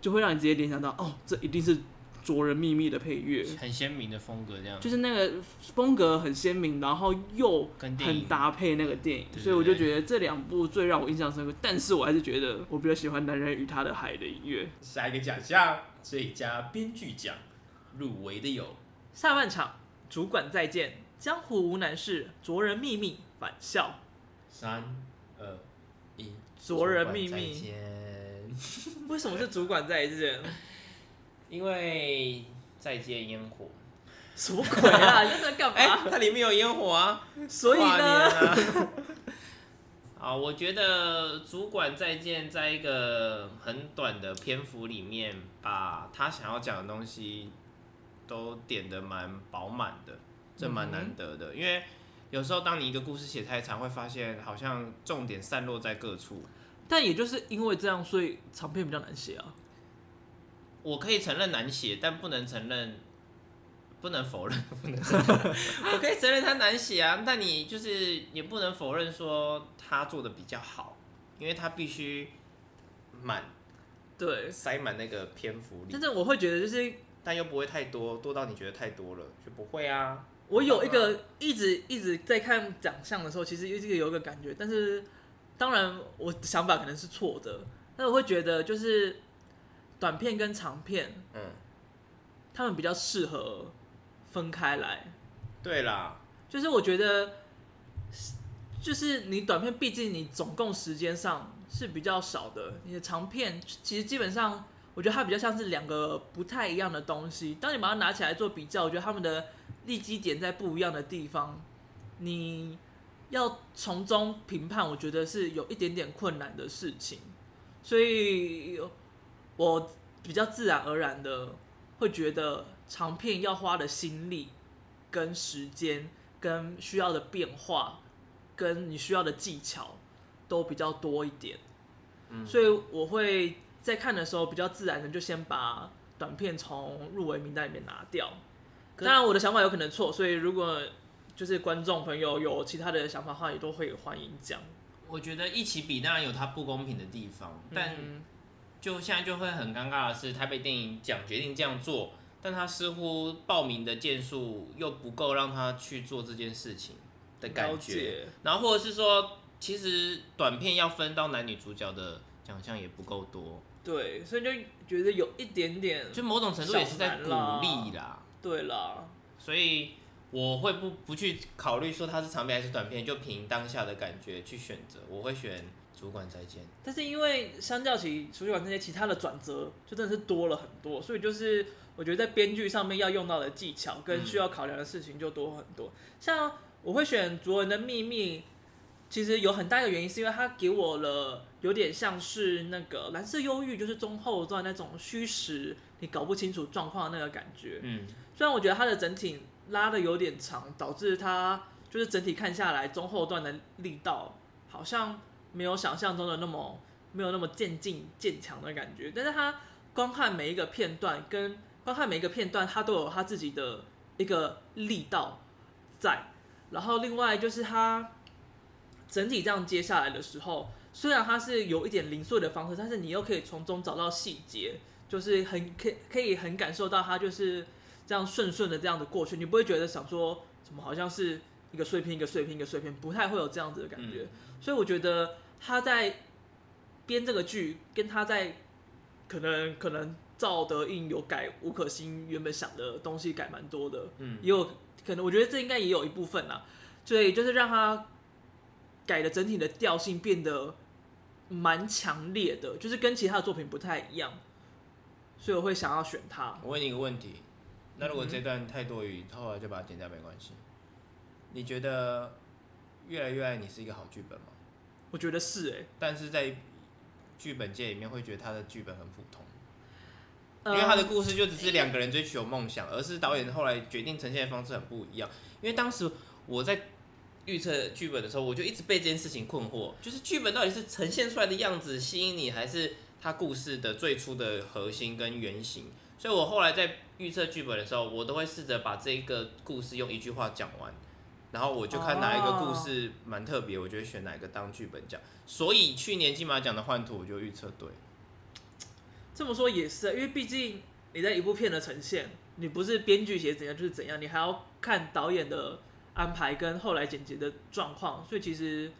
Speaker 1: 就会让你直接联想到，哦，这一定是卓人秘密的配乐。
Speaker 3: 很鲜明的风格这样，
Speaker 1: 就是那个风格很鲜明，然后又
Speaker 3: 跟电
Speaker 1: 很
Speaker 3: 影
Speaker 1: 搭配那个电影，
Speaker 3: 对对
Speaker 1: 所以我就觉得这两部最让我印象深刻。但是我还是觉得我比较喜欢《男人与他的海》的音乐。
Speaker 2: 下一个奖项最佳编剧奖入围的有
Speaker 1: 下半场，主管再见，江湖无难事，卓人秘密返校，
Speaker 2: 三二一，
Speaker 1: 卓人秘密
Speaker 2: 主管再见
Speaker 1: 为什么是主管在 *laughs* 任？
Speaker 2: 因为再接烟火，
Speaker 1: 什么鬼啊？ *laughs* 你在干
Speaker 2: 哎、
Speaker 1: 嘛？
Speaker 2: 它里面有烟火啊，
Speaker 1: 所以
Speaker 2: 跨年
Speaker 1: 呢，
Speaker 2: 啊。 *laughs* 啊，我觉得主管再见，在一个很短的篇幅里面，把他想要讲的东西都点的蛮饱满的，这蛮难得
Speaker 1: 嗯
Speaker 2: 的。因为有时候当你一个故事写太长，会发现好像重点散落在各处。
Speaker 1: 但也就是因为这样，所以长篇比较难写啊。
Speaker 2: 我可以承认难写，但不能承认，不能否认，不能承认。
Speaker 1: *laughs*
Speaker 2: 我可以承认它难写啊，但你就是也不能否认说他做的比较好，因为他必须满
Speaker 1: 对，
Speaker 2: 塞满那个篇幅里
Speaker 1: 但，是我会觉得就是
Speaker 2: 但又不会太多，多到你觉得太多了就不会啊。
Speaker 1: 我有一个一直一直在看奖项的时候，其实一直有一个感觉，但是当然我的想法可能是错的，但我会觉得就是短片跟长片，
Speaker 2: 嗯，
Speaker 1: 他们比较适合分开来。
Speaker 2: 对啦，
Speaker 1: 就是我觉得，就是你短片，毕竟你总共时间上是比较少的，你的长片其实基本上，我觉得它比较像是两个不太一样的东西。当你把它拿起来做比较，我觉得他们的立基点在不一样的地方，你要从中评判，我觉得是有一点点困难的事情。所以，我比较自然而然的会觉得长片要花的心力跟时间跟需要的变化，跟你需要的技巧都比较多一点。
Speaker 2: 嗯
Speaker 1: 所以我会在看的时候比较自然的就先把短片从入围名单里面拿掉。
Speaker 2: 可
Speaker 1: 当然我的想法有可能错，所以如果就是观众朋友有其他的想法的话，也都会欢迎讲。
Speaker 2: 我觉得一起比当然有它不公平的地方，但
Speaker 1: 嗯
Speaker 2: 就现在就会很尴尬的是，台北电影奖决定这样做，但他似乎报名的件数又不够让他去做这件事情的感
Speaker 1: 了
Speaker 2: 觉。
Speaker 1: 解
Speaker 2: 然后或者是说，其实短片要分到男女主角的奖项也不够多，
Speaker 1: 对，所以就觉得有一点点
Speaker 2: 就某种程度也是在
Speaker 1: 小难
Speaker 2: 鼓
Speaker 1: 啦
Speaker 2: 励啦。
Speaker 1: 对啦，
Speaker 2: 所以我会不不去考虑说它是长片还是短片，就凭当下的感觉去选择。我会选《主管再见》。
Speaker 1: 但是因为相较起出去玩那些其他的转折，就真的是多了很多，所以就是我觉得在编剧上面要用到的技巧跟需要考量的事情就多很多。像我会选《卓文的秘密》，其实有很大一个原因是因为它给我了有点像是那个《蓝色忧郁》，就是中后段那种虚实你搞不清楚状况的那个感觉。
Speaker 2: 嗯，
Speaker 1: 虽然我觉得它的整体拉的有点长，导致它就是整体看下来中后段的力道好像没有想象中的那么没有那么渐进渐强的感觉，但是它光看每一个片段跟光看每一个片段，它都有它自己的一个力道在。然后另外就是它整体这样接下来的时候，虽然它是有一点零碎的方式，但是你又可以从中找到细节，就是很可可以很感受到它就是这样顺顺的这样的过去，你不会觉得想说怎么好像是一个碎片一个碎片一个碎片，不太会有这样子的感觉。所以我觉得他在编这个剧，跟他在可能可能赵德胤有改吴可欣原本想的东西改蛮多的，
Speaker 2: 嗯
Speaker 1: 也有可能我觉得这应该也有一部分啦，所以就是让他改的整体的调性变得蛮强烈的，就是跟其他的作品不太一样，所以我会想要选他。
Speaker 2: 我问你一个问题，那如果
Speaker 1: 嗯哼
Speaker 2: 这段太多余，后来就把它剪掉没关系。你觉得《越来越爱你》是一个好剧本吗？
Speaker 1: 我觉得是哎、
Speaker 2: 但是在剧本界里面会觉得他的剧本很普通，
Speaker 1: 呃
Speaker 2: 因为他的故事就只是两个人追求梦想，而是导演后来决定呈现的方式很不一样。因为当时我在预测剧本的时候，我就一直被这件事情困惑，就是剧本到底是呈现出来的样子吸引你，还是它故事的最初的核心跟原型？所以我后来在预测剧本的时候，我都会试着把这个故事用一句话讲完，然后我就看哪一个故
Speaker 1: 哦
Speaker 2: 事蛮特别，我就会选哪个当剧本讲。所以去年金马奖的《幻图》，我就预测对。
Speaker 1: 这么说也是，因为毕竟你在一部片的呈现，你不是编剧写怎样就是怎样，你还要看导演的安排跟后来剪辑的状况，所以其实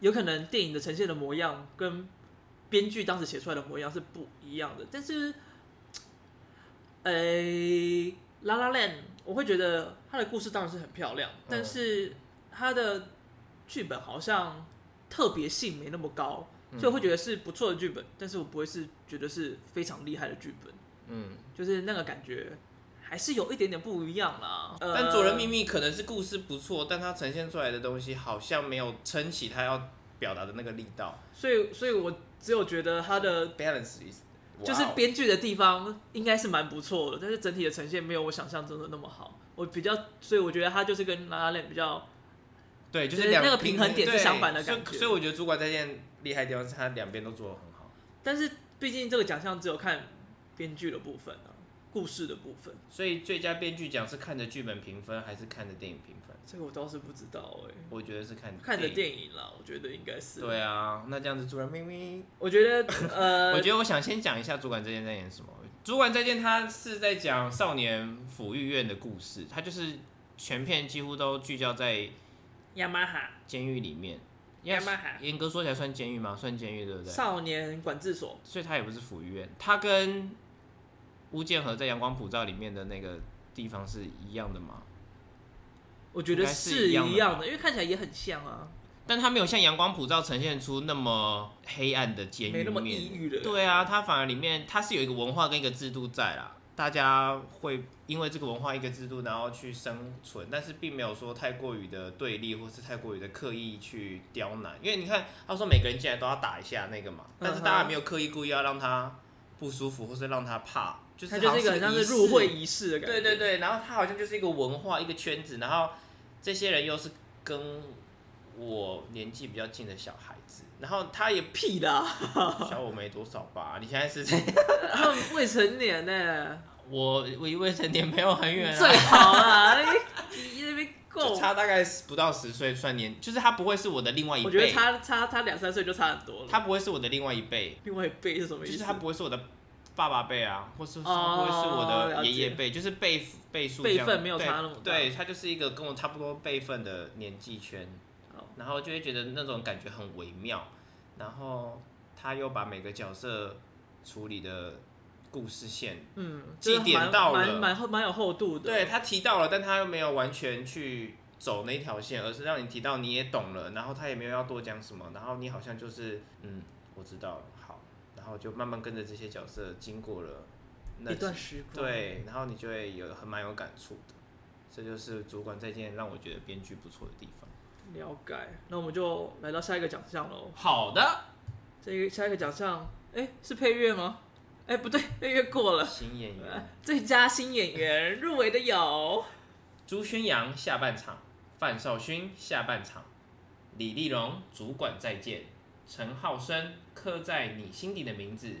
Speaker 1: 有可能电影的呈现的模样跟编剧当时写出来的模样是不一样的。但是，呃，《La La Land》我会觉得它的故事当然是很漂亮，但是它的剧本好像特别性没那么高，
Speaker 2: 嗯
Speaker 1: 所以我会觉得是不错的剧本，但是我不会是觉得是非常厉害的剧本，
Speaker 2: 嗯，
Speaker 1: 就是那个感觉还是有一点点不一样啦。呃、
Speaker 2: 但《佐人秘密》可能是故事不错，但它呈现出来的东西好像没有撑起它要表达的那个力道
Speaker 1: 所以呃所以我只有觉得他的
Speaker 2: ，balance is，
Speaker 1: 就是
Speaker 2: 哇哦
Speaker 1: 编剧的地方应该是蛮不错的，但是整体的呈现没有我想象中的那么好。我比较，所以我觉得他就是跟《拉拉链》比较，
Speaker 2: 对，就
Speaker 1: 就是是
Speaker 2: 两
Speaker 1: 那个平衡点是
Speaker 2: 对
Speaker 1: 相反的
Speaker 2: 所以
Speaker 1: 感觉
Speaker 2: 所以我觉得主管再见厉害的地方是他两边都做的很好，
Speaker 1: 但是毕竟这个奖项只有看编剧的部分啊，故事的部分，啊
Speaker 2: 所以最佳编剧奖是看着剧本评分还是看着电影评分？
Speaker 1: 这个我倒是不知道哎、
Speaker 2: 我觉得是看
Speaker 1: 看着
Speaker 2: 影。
Speaker 1: 电影啦，我觉得应该是。
Speaker 2: 对啊，那这样子主管秘密。
Speaker 1: 我觉得呃，
Speaker 2: 我觉得我想先讲一下《主管再见》在演什么。《主管再见》它是在讲少年抚育院的故事，它就是全片几乎都聚焦在
Speaker 1: 雅马哈
Speaker 2: 监狱里面。应该
Speaker 1: Yamaha
Speaker 2: 严格说起来算监狱吗？算监狱对不对？
Speaker 1: 少年管制所，
Speaker 2: 所以它也不是抚育院，它跟巫建和在《阳光普照》里面的那个地方是一样的嘛？
Speaker 1: 我觉得
Speaker 2: 应该是
Speaker 1: 是
Speaker 2: 一样的
Speaker 1: 一样的，因为看起来也很像啊，
Speaker 2: 但它没有像《阳光普照》呈现出那么黑暗的监狱
Speaker 1: 没那么
Speaker 2: 面
Speaker 1: 抑郁的。
Speaker 2: 对啊，它反而里面它是有一个文化跟一个制度在啦，大家会因为这个文化一个制度，然后去生存，但是并没有说太过于的对立，或是太过于的刻意去刁难。因为你看，他说每个人进来都要打一下那个嘛，
Speaker 1: 嗯
Speaker 2: 但是大家没有刻意故意要让他不舒服，或是让他怕，就
Speaker 1: 它
Speaker 2: 是
Speaker 1: 就是一个
Speaker 2: 好
Speaker 1: 很像
Speaker 2: 是
Speaker 1: 是
Speaker 2: 仪式
Speaker 1: 入会仪式的感觉。
Speaker 2: 对对对，然后它好像就是一个文化一个圈子，然后这些人又是跟我年纪比较近的小孩子，然后他也
Speaker 1: 屁啦，
Speaker 2: *laughs* 小我没多少吧？你现在是在
Speaker 1: 他们未成年呢、
Speaker 2: *laughs* 我我离未成年没有很远
Speaker 1: 最
Speaker 2: 啊，
Speaker 1: 好啦，哎你那边
Speaker 2: 就
Speaker 1: 够，
Speaker 2: 差大概不到十岁算年，就是他不会是我的另外一
Speaker 1: 我觉得
Speaker 2: 辈，
Speaker 1: 差差差两三岁就差很多了。
Speaker 2: 他不会是我的另外一辈，
Speaker 1: 另外一辈是什么
Speaker 2: 就
Speaker 1: 意思？
Speaker 2: 是他不会是我的爸爸辈啊，或是
Speaker 1: 哦
Speaker 2: 他不会是我
Speaker 1: 了
Speaker 2: 的
Speaker 1: 解
Speaker 2: 爷爷辈，就是辈辈数
Speaker 1: 辈
Speaker 2: 这样
Speaker 1: 分没有
Speaker 2: 对
Speaker 1: 差那么大
Speaker 2: 对他就是一个跟我差不多辈分的年纪圈，
Speaker 1: 好
Speaker 2: 然后就会觉得那种感觉很微妙，然后他又把每个角色处理的故事线
Speaker 1: 嗯，
Speaker 2: 祭
Speaker 1: 就是蛮
Speaker 2: 奠到
Speaker 1: 蛮
Speaker 2: 了
Speaker 1: 蛮蛮蛮有厚度的。
Speaker 2: 对，他提到了，但他又没有完全去走那条线，而是让你提到你也懂了，然后他也没有要多讲什么，然后你好像就是嗯，我知道了，好，然后就慢慢跟着这些角色经过了那
Speaker 1: 一段时光。，
Speaker 2: 对，然后你就会有很蛮有感触的，这就是主管再见让我觉得编剧不错的地方。
Speaker 1: 了解。那我们就来到下一个奖项喽。
Speaker 2: 好的，
Speaker 1: 这个下一个奖项，哎、是配乐吗？哎、不对，配乐过了。
Speaker 2: 新演员
Speaker 1: 最佳新演员入围的有
Speaker 2: 朱宣阳下半场，范少勋下半场，李丽蓉主管再见，陈浩生刻在你心底的名字，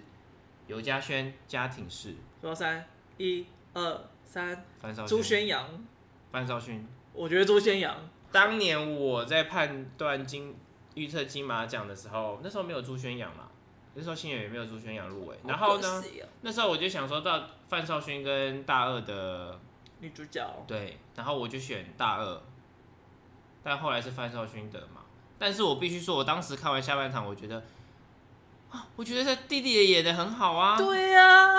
Speaker 2: 尤嘉轩家庭式，
Speaker 1: 多少三一二三，
Speaker 2: 范少勋
Speaker 1: 朱宣阳，
Speaker 2: 范少勋。
Speaker 1: 我觉得朱宣阳
Speaker 2: 当年我在判断金预测金马奖的时候，那时候没有朱宣阳嘛，那时候新演员没有朱宣阳入围，然后
Speaker 1: 好
Speaker 2: 呢
Speaker 1: 可，惜哦
Speaker 2: 那时候我就想说到范少勋跟大二的
Speaker 1: 女主角
Speaker 2: 对，然后我就选大二，但后来是范少勋得嘛。但是我必须说，我当时看完下半场，我觉得啊，我觉得这弟弟也演的很好啊。
Speaker 1: 对呀、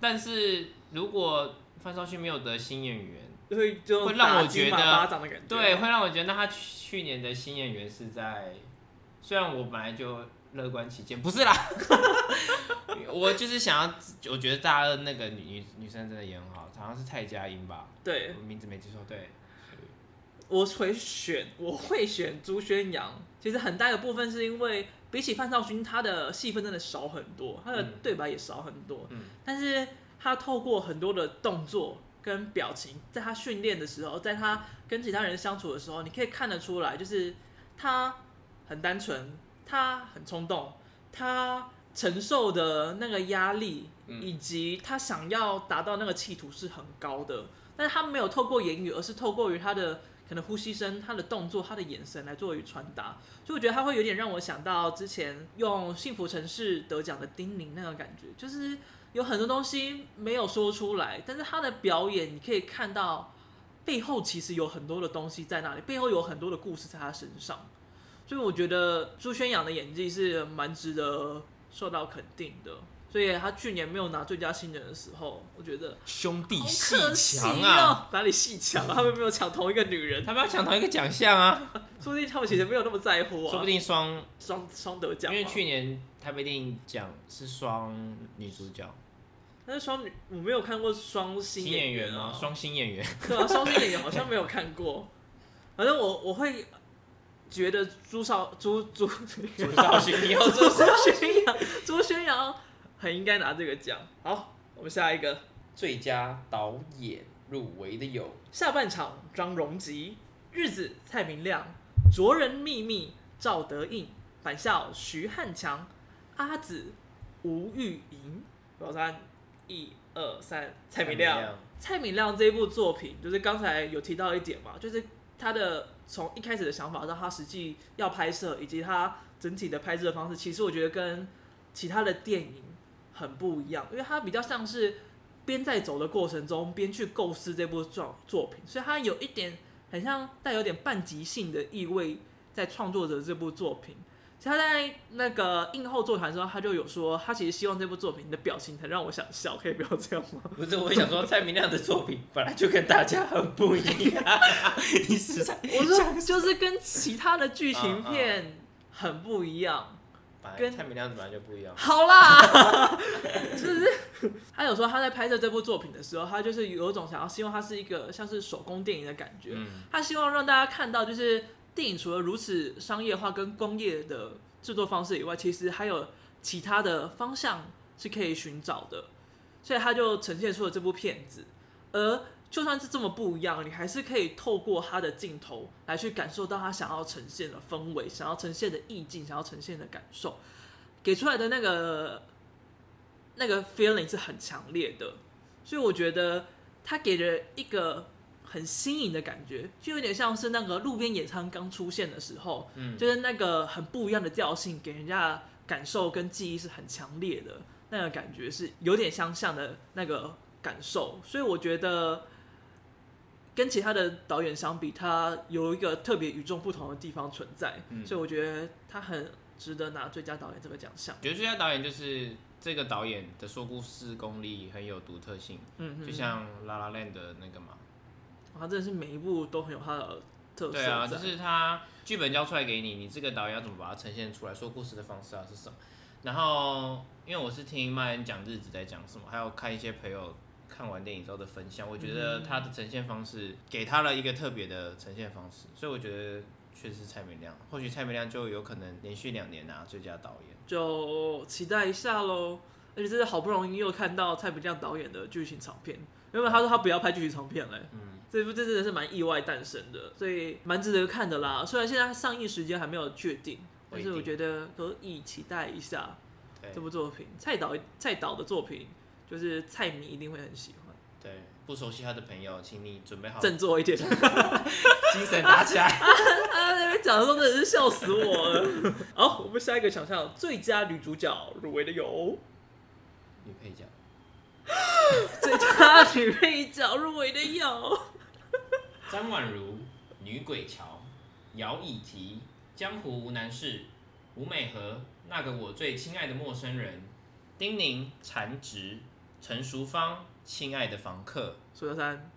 Speaker 2: 但是如果范少勋没有得新演员，
Speaker 1: 就会就
Speaker 2: 会让我觉得
Speaker 1: 打金马巴掌的感觉，
Speaker 2: 对，，会让我觉得那他去年的新演员是在，虽然我本来就乐观起见，不是啦， *laughs* 我就是想要，我觉得大二那个女女女生真的演很好，好像是蔡佳音吧，
Speaker 1: 对
Speaker 2: 我名字没记错，对。
Speaker 1: 我会选，我会选朱宣阳。其实很大一个部分是因为比起范少勋，他的戏份真的少很多，他的
Speaker 2: 嗯
Speaker 1: 对白也少很多。
Speaker 2: 嗯
Speaker 1: 但是他透过很多的动作跟表情，在他训练的时候，在他跟其他人相处的时候，你可以看得出来，就是他很单纯，他很冲动，他承受的那个压力，
Speaker 2: 嗯
Speaker 1: 以及他想要达到那个企图是很高的，但是他没有透过言语，而是透过于他的可能呼吸声、他的动作、他的眼神来作为传达，所以我觉得他会有点让我想到之前用《幸福城市》得奖的丁宁那个感觉，就是有很多东西没有说出来，但是他的表演你可以看到背后其实有很多的东西在那里，背后有很多的故事在他身上。所以我觉得朱宣阳的演技是蛮值得受到肯定的，所以他去年没有拿最佳新人的时候，我觉得
Speaker 2: 兄弟
Speaker 1: 好
Speaker 2: 戏
Speaker 1: 可惜
Speaker 2: 强啊！
Speaker 1: 哦，哪里戏强 *laughs* 啊？他们没有抢同一个女人，
Speaker 2: 他们要抢同一个奖项啊，
Speaker 1: 说不定他们其实没有那么在乎啊。
Speaker 2: 说不定双，
Speaker 1: 双双得
Speaker 2: 因
Speaker 1: 奖嘛，啊
Speaker 2: 为去年台北电影奖是双女主角，
Speaker 1: 但是双女我没有看过双星
Speaker 2: 新演员
Speaker 1: 啊
Speaker 2: 吗？，双新演员，
Speaker 1: 对啊，双星演员好像没有看过。反正我我会觉得朱少朱朱
Speaker 2: 主造 *laughs* 型你要
Speaker 1: 朱
Speaker 2: 做什么？
Speaker 1: 宣阳朱宣阳很应该拿这个奖。好，我们下一个
Speaker 3: 最佳导演入围的有
Speaker 1: 下半场张荣吉、日子蔡明亮、卓人秘密赵德胤、返校徐汉强、阿紫吴玉莹。老三，一二三，蔡明亮。蔡明亮这一部作品，就是刚才有提到一点嘛，就是他的从一开始的想法到他实际要拍摄，以及他整体的拍摄方式，其实我觉得跟其他的电影很不一样，因为他比较像是边在走的过程中边去构思这部作作品，所以他有一点很像带有点半即兴的意味在创作着这部作品。其实他在那个映后座谈的时候，他就有说，他其实希望这部作品的表情能让我想笑，可以不要这样吗？
Speaker 3: 不是，我想说蔡明亮的作品本来就跟大家很不一
Speaker 1: *laughs*
Speaker 3: 样，你实在
Speaker 1: 我说就是跟其他的剧情片很不一样。
Speaker 2: 跟
Speaker 1: 跟
Speaker 2: 蔡明亮本来就不一样，
Speaker 1: 好啦， *laughs* 就是他有说他在拍摄这部作品的时候，他就是有一种想要希望它是一个像是手工电影的感觉，
Speaker 2: 嗯，
Speaker 1: 他希望让大家看到，就是电影除了如此商业化跟工业的制作方式以外，其实还有其他的方向是可以寻找的，所以他就呈现出了这部片子。而就算是这么不一样，你还是可以透过他的镜头来去感受到他想要呈现的氛围、想要呈现的意境、想要呈现的感受，给出来的那个那个 feeling 是很强烈的。所以我觉得他给人一个很新颖的感觉，就有点像是那个路边野餐刚出现的时候，
Speaker 2: 嗯
Speaker 1: 就是那个很不一样的调性，给人家感受跟记忆是很强烈的，那个感觉是有点相像的那个感受，所以我觉得。跟其他的导演相比，他有一个特别与众不同的地方存在，
Speaker 2: 嗯
Speaker 1: 所以我觉得他很值得拿最佳导演这个奖项。
Speaker 2: 觉得最佳导演就是这个导演的说故事功力很有独特性，
Speaker 1: 嗯哼，
Speaker 2: 就像《La La Land》的那个嘛，
Speaker 1: 哇他真的是每一部都很有他的特色
Speaker 2: 对啊，
Speaker 1: 在
Speaker 2: 就是他剧本交出来给你，你这个导演要怎么把它呈现出来，说故事的方式啊是什么？然后因为我是听麦恩讲日子在讲什么，还有看一些朋友看完电影之后的分享，我觉得他的呈现方式给他了一个特别的呈现方式，所以我觉得确实是蔡明亮，或许蔡明亮就有可能连续两年拿最佳导演。
Speaker 1: 就期待一下喽。而且这是好不容易又看到蔡明亮导演的剧情长片，原本他说他不要拍剧情长片嘞，
Speaker 2: 嗯，
Speaker 1: 这部这真的是蛮意外诞生的，所以蛮值得看的啦。虽然现在上映时间还没有确定，
Speaker 2: 不
Speaker 1: 但
Speaker 2: 一定哎
Speaker 1: 是我觉得可以期待一下
Speaker 2: 对
Speaker 1: 这部作品。蔡导蔡导的作品，就是蔡迷一定会很喜欢。
Speaker 2: 对，不熟悉他的朋友，请你准备好
Speaker 1: 振作一
Speaker 2: *laughs*
Speaker 1: 点，
Speaker 2: 精神打起来。
Speaker 1: 他 *laughs* 在那边讲的时候真的是笑死我了。 *laughs* 好，我们下一个想象最佳女主角入围的
Speaker 2: *laughs*
Speaker 1: 有。
Speaker 2: *laughs* 女配角，
Speaker 1: 最佳女配角入围的有
Speaker 3: 张婉如、女鬼桥、姚以缇、江湖无难事、吴美和、那个我最亲爱的陌生人、
Speaker 2: 丁宁、残值、陈淑芳、亲爱的房客。
Speaker 1: 数到三，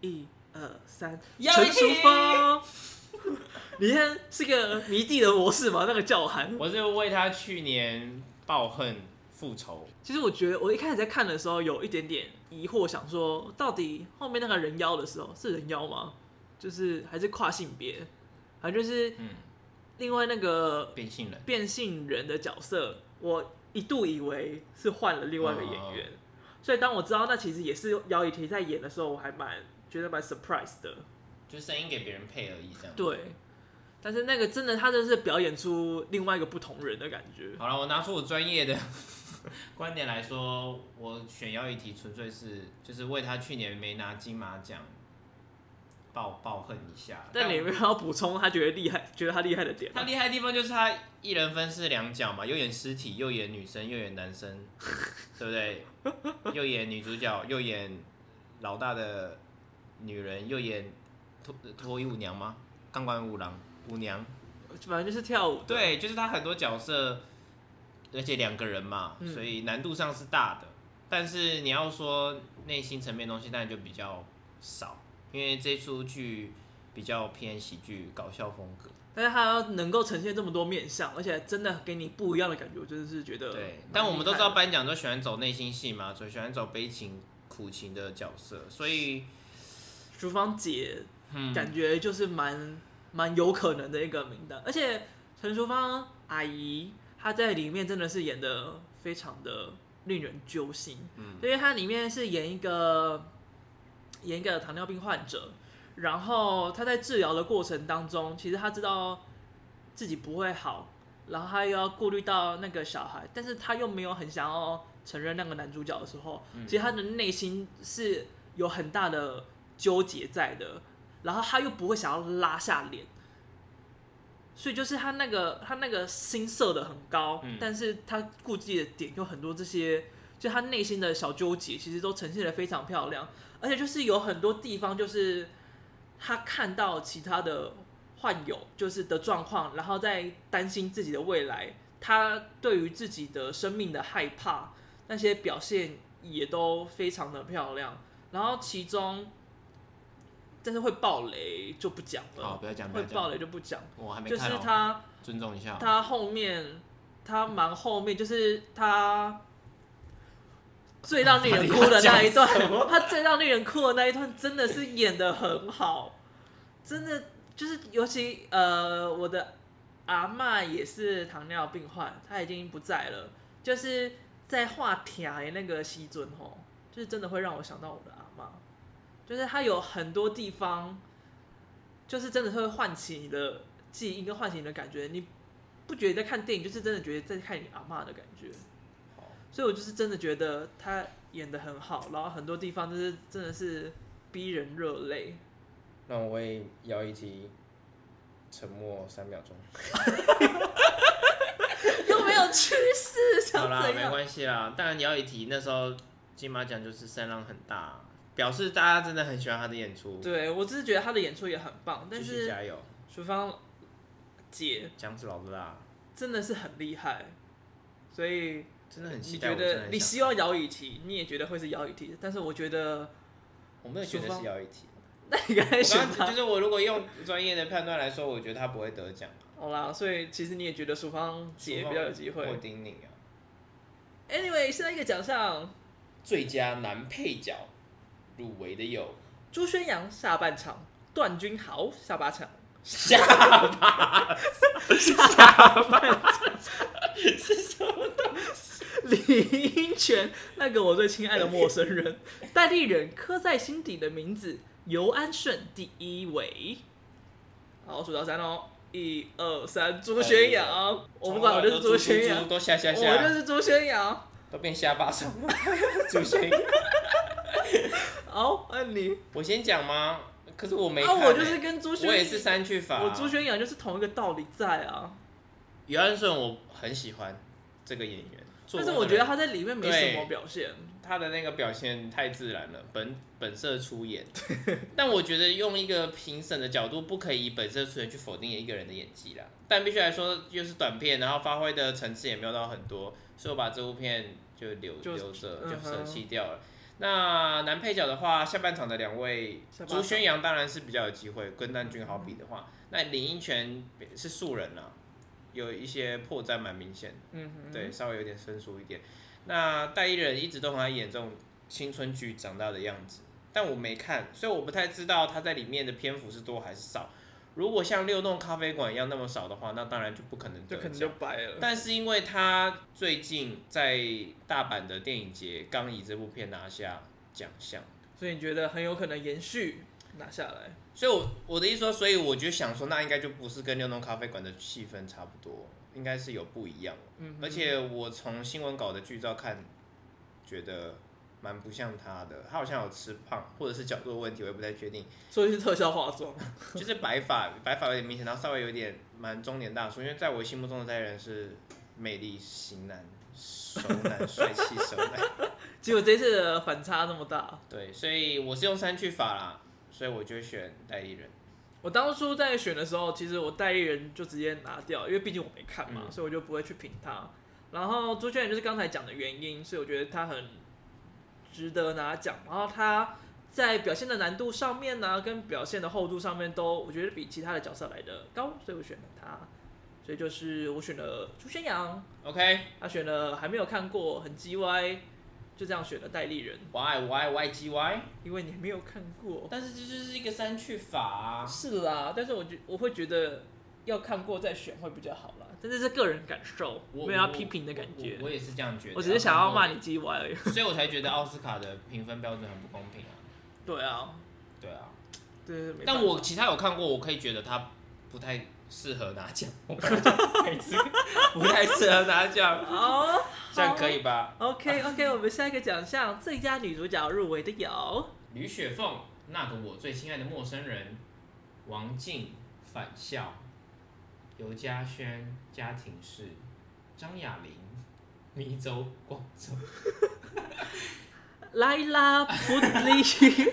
Speaker 1: 一二三，
Speaker 3: 姚
Speaker 1: 陈
Speaker 3: 一
Speaker 1: 淑
Speaker 3: 婷
Speaker 1: 芳。 *laughs* 你看是个迷弟的模式嘛？那个叫喊。
Speaker 2: 我是为他去年抱恨复仇，
Speaker 1: 其实我觉得我一开始在看的时候有一点点疑惑，想说到底后面那个人妖的时候是人妖吗？就是还是跨性别，反正就是
Speaker 2: 嗯，
Speaker 1: 另外那个
Speaker 2: 变性人，
Speaker 1: 变性人的角色，我一度以为是换了另外一个演员，所以当我知道那其实也是姚以缇在演的时候，我还蛮觉得蛮 surprise 的。
Speaker 2: 就是声音给别人配而已，这样。
Speaker 1: 对，但是那个真的他真的是表演出另外一个不同人的感觉。
Speaker 2: 好了，我拿出我专业的 *laughs* 观点来说，我选姚以缇纯粹是就是为他去年没拿金马奖抱抱恨一下。
Speaker 1: 但你有没有要补充他觉得厉害，觉得他厉害的点吗？
Speaker 2: 他厉害的地方就是他一人分饰两角嘛，又演尸体，又演女生，又演男生，对不对？又演女主角，又演老大的女人，又演脱脱衣舞娘吗？钢管舞郎舞娘，
Speaker 1: 反正就是跳舞。，
Speaker 2: 对，就是他很多角色而且两个人嘛，
Speaker 1: 嗯
Speaker 2: 所以难度上是大的。但是你要说内心层面的东西，当然就比较少，因为这出剧比较偏喜剧搞笑风格。
Speaker 1: 但是他要能够呈现这么多面相，而且真的给你不一样的感觉，我真的是觉得蛮厉
Speaker 2: 对
Speaker 1: 害的。，
Speaker 2: 但我们都知道颁奖都喜欢走内心戏嘛，所以喜欢走悲情苦情的角色，所以嗯
Speaker 1: 厨房姐，感觉就是蛮蛮有可能的一个名单，而且陈淑芳阿姨她在里面真的是演的非常的令人揪心，嗯，因为她里面是演一个演一个糖尿病患者，然后她在治疗的过程当中，其实她知道自己不会好，然后她又要顾虑到那个小孩，但是她又没有很想要承认那个男主角的时候，其实她的内心是有很大的纠结在的，然后她又不会想要拉下脸。所以就是她那个她那个心设的很高，
Speaker 2: 嗯
Speaker 1: 但是她顾忌的点有很多，这些就她内心的小纠结，其实都呈现的非常漂亮。而且就是有很多地方，就是他看到其他的患友就是的状况，然后再担心自己的未来，他对于自己的生命的害怕，那些表现也都非常的漂亮。然后其中，但是会爆雷就不讲
Speaker 2: 好
Speaker 1: 了，
Speaker 2: 不要讲，不
Speaker 1: 会
Speaker 2: 要
Speaker 1: 爆
Speaker 2: 讲
Speaker 1: 雷，就不讲，
Speaker 2: 我还没
Speaker 1: 就是
Speaker 2: 看哦，
Speaker 1: 他。
Speaker 2: 尊重一下哦。
Speaker 1: 他后面，他蛮后面，就是他最让令人哭的那一段，他最让令人哭的那一段真的是演的很好，真的就是尤其呃，我的阿嬷也是糖尿病患，她已经不在了，就是在画铁的那个西尊吼，就是真的会让我想到我的阿嬷，就是她有很多地方。就是真的会唤起你的记忆跟唤起你的感觉，你不觉得在看电影，就是真的觉得在看你阿嬷的感觉。所以我就是真的觉得他演的很好，然后很多地方就是真的是逼人热泪。
Speaker 2: 让我为姚一提沉默三秒
Speaker 1: *laughs*
Speaker 2: 钟。
Speaker 1: *laughs* 又没有去世，
Speaker 2: 好
Speaker 1: 想
Speaker 2: 啦，
Speaker 1: 怎
Speaker 2: 没
Speaker 1: 样？
Speaker 2: 关系啦。当然你要一提，那时候金马奖就是声浪很大，表示大家真的很喜欢他的演出，
Speaker 1: 对我只是觉得他的演出也很棒，但
Speaker 2: 继续
Speaker 1: 是
Speaker 2: 加油。
Speaker 1: 淑芳姐
Speaker 2: 姜是老的啦，
Speaker 1: 真的是很厉害，所以
Speaker 2: 真的很期
Speaker 1: 你
Speaker 2: 待。
Speaker 1: 觉
Speaker 2: 我真的
Speaker 1: 得
Speaker 2: 很
Speaker 1: 你
Speaker 2: 想
Speaker 1: 希望姚以缇，你也觉得会是姚以缇，但是我觉得
Speaker 2: 我没有觉得
Speaker 1: 淑芳
Speaker 2: 是姚一提。
Speaker 1: 那你刚才
Speaker 2: 我
Speaker 1: 选
Speaker 2: 刚
Speaker 1: 他
Speaker 2: 刚就是我如果用专业的判断来说，我觉得他不会得奖。啊
Speaker 1: 好啦，所以其实你也觉得淑芳姐比较有机
Speaker 2: 霍
Speaker 1: 会。
Speaker 2: 丁宁啊，
Speaker 1: Anyway，现在一个奖项，
Speaker 2: 最佳男配角入围的
Speaker 1: *laughs*
Speaker 2: 有
Speaker 1: 朱宣阳下半场，段君豪下半场，
Speaker 2: 下巴，下巴，
Speaker 1: *laughs* 李英权那个我最亲爱的陌生
Speaker 2: *laughs*
Speaker 1: 人，代理人刻在心底的名字尤安顺第一位。好，我数到三哦，一二三，朱宣
Speaker 2: 哎
Speaker 1: 阳，我不管，我就是朱宣阳，
Speaker 2: 都下下
Speaker 1: 我就
Speaker 2: 下，
Speaker 1: 是朱宣阳。
Speaker 2: 都变下巴上了。朱轩，
Speaker 1: 好，那你，
Speaker 2: 我先讲吗？可是我没
Speaker 1: 啊，
Speaker 2: 看欸
Speaker 1: 我就是跟朱宣，
Speaker 2: 我也是删去法啊。
Speaker 1: 我朱宣阳就是同一个道理在啊。
Speaker 2: 于安顺，我很喜欢这个演员，
Speaker 1: 但是我觉得
Speaker 2: 他
Speaker 1: 他在里面没什么表现，
Speaker 2: 他的那个表现太自然了，本本色出演。但我觉得用一个评审的角度，不可以以本色出演去否定一个人的演技啦。但必须来说，又是短片，然后发挥的层次也没有到很多，所以我把这部片就留
Speaker 1: 就
Speaker 2: 留着，
Speaker 1: 嗯
Speaker 2: 就
Speaker 1: 哼
Speaker 2: 舍弃掉了。那男配角的话，下半场的两位
Speaker 1: 下，半场
Speaker 2: 朱宣阳当然是比较有机会，跟段君豪比的话，那林英权是素人啦、有一些破绽蛮明显的。
Speaker 1: 嗯哼，
Speaker 2: 对，稍微有点生疏一点。那代言人一直都很爱演这种青春剧长大的样子，但我没看，所以我不太知道他在里面的篇幅是多还是少。如果像六弄咖啡馆一样那么少的话，那当然就不可能
Speaker 1: 就
Speaker 2: 得
Speaker 1: 可能就
Speaker 2: 奖。
Speaker 1: 白了。
Speaker 2: 但是因为他最近在大阪的电影节刚以这部片拿下奖项，
Speaker 1: 所以你觉得很有可能延续拿下来？
Speaker 2: 所以我我的意思说，所以我就想说，那应该就不是跟六弄咖啡馆的气氛差不多，应该是有不一样。
Speaker 1: 嗯哼
Speaker 2: 而且我从新闻稿的剧照看，觉得蛮不像他的，他好像有吃胖，或者是角度的问题，我也不太
Speaker 1: *laughs*
Speaker 2: 确定。
Speaker 1: 所以是特效化妆，
Speaker 2: 就是白发，白发有点明显，然后稍微有点蛮中年大叔，因为在我心目中的代言人是魅力型男、熟男、帅气熟男。 *laughs*
Speaker 1: 结果这次的反差那么大。
Speaker 2: 对，所以我是用删去法啦，所以我就选代理人。
Speaker 1: 我当初在选的时候，其实我代理人就直接拿掉，因为毕竟我没看嘛，
Speaker 2: 嗯
Speaker 1: 所以我就不会去评他。然后朱轩也就是刚才讲的原因，所以我觉得他很值得拿奖。然后他在表现的难度上面呢、跟表现的厚度上面都，我觉得比其他的角色来的高，所以我选了他。所以就是我选了朱轩阳，
Speaker 3: OK，
Speaker 1: 他选了还没有看过，很 G Y，就这样选了代理人，
Speaker 3: y y y g y，
Speaker 1: 因为你没有看过。
Speaker 3: 但是这就是一个删去法啊。
Speaker 1: 是啦，但是我觉我会觉得要看过再选会比较好啦，但是是个人感受，
Speaker 3: 我
Speaker 1: 没有要批评的感觉
Speaker 3: 我我。我也是这样觉得。
Speaker 1: 我只是想要骂你，鸡歪而已。
Speaker 3: 所以我才觉得奥斯卡的评分标准很不公平啊。
Speaker 1: 对啊，
Speaker 3: 对啊，
Speaker 1: 对，没办法
Speaker 2: 但我其他有看过，我可以觉得他不太适合拿奖，我本 *laughs* 来就每次不太适合拿奖，
Speaker 1: 哦，
Speaker 2: 这样可以吧？
Speaker 1: OK OK，我们下一个奖项最佳女主角入围的有
Speaker 3: 吕雪凤，那个我最亲爱的陌生人，王静，返校，尤嘉轩，家庭式，张雅玲，迷走广州，
Speaker 1: 莱拉普 *laughs* 里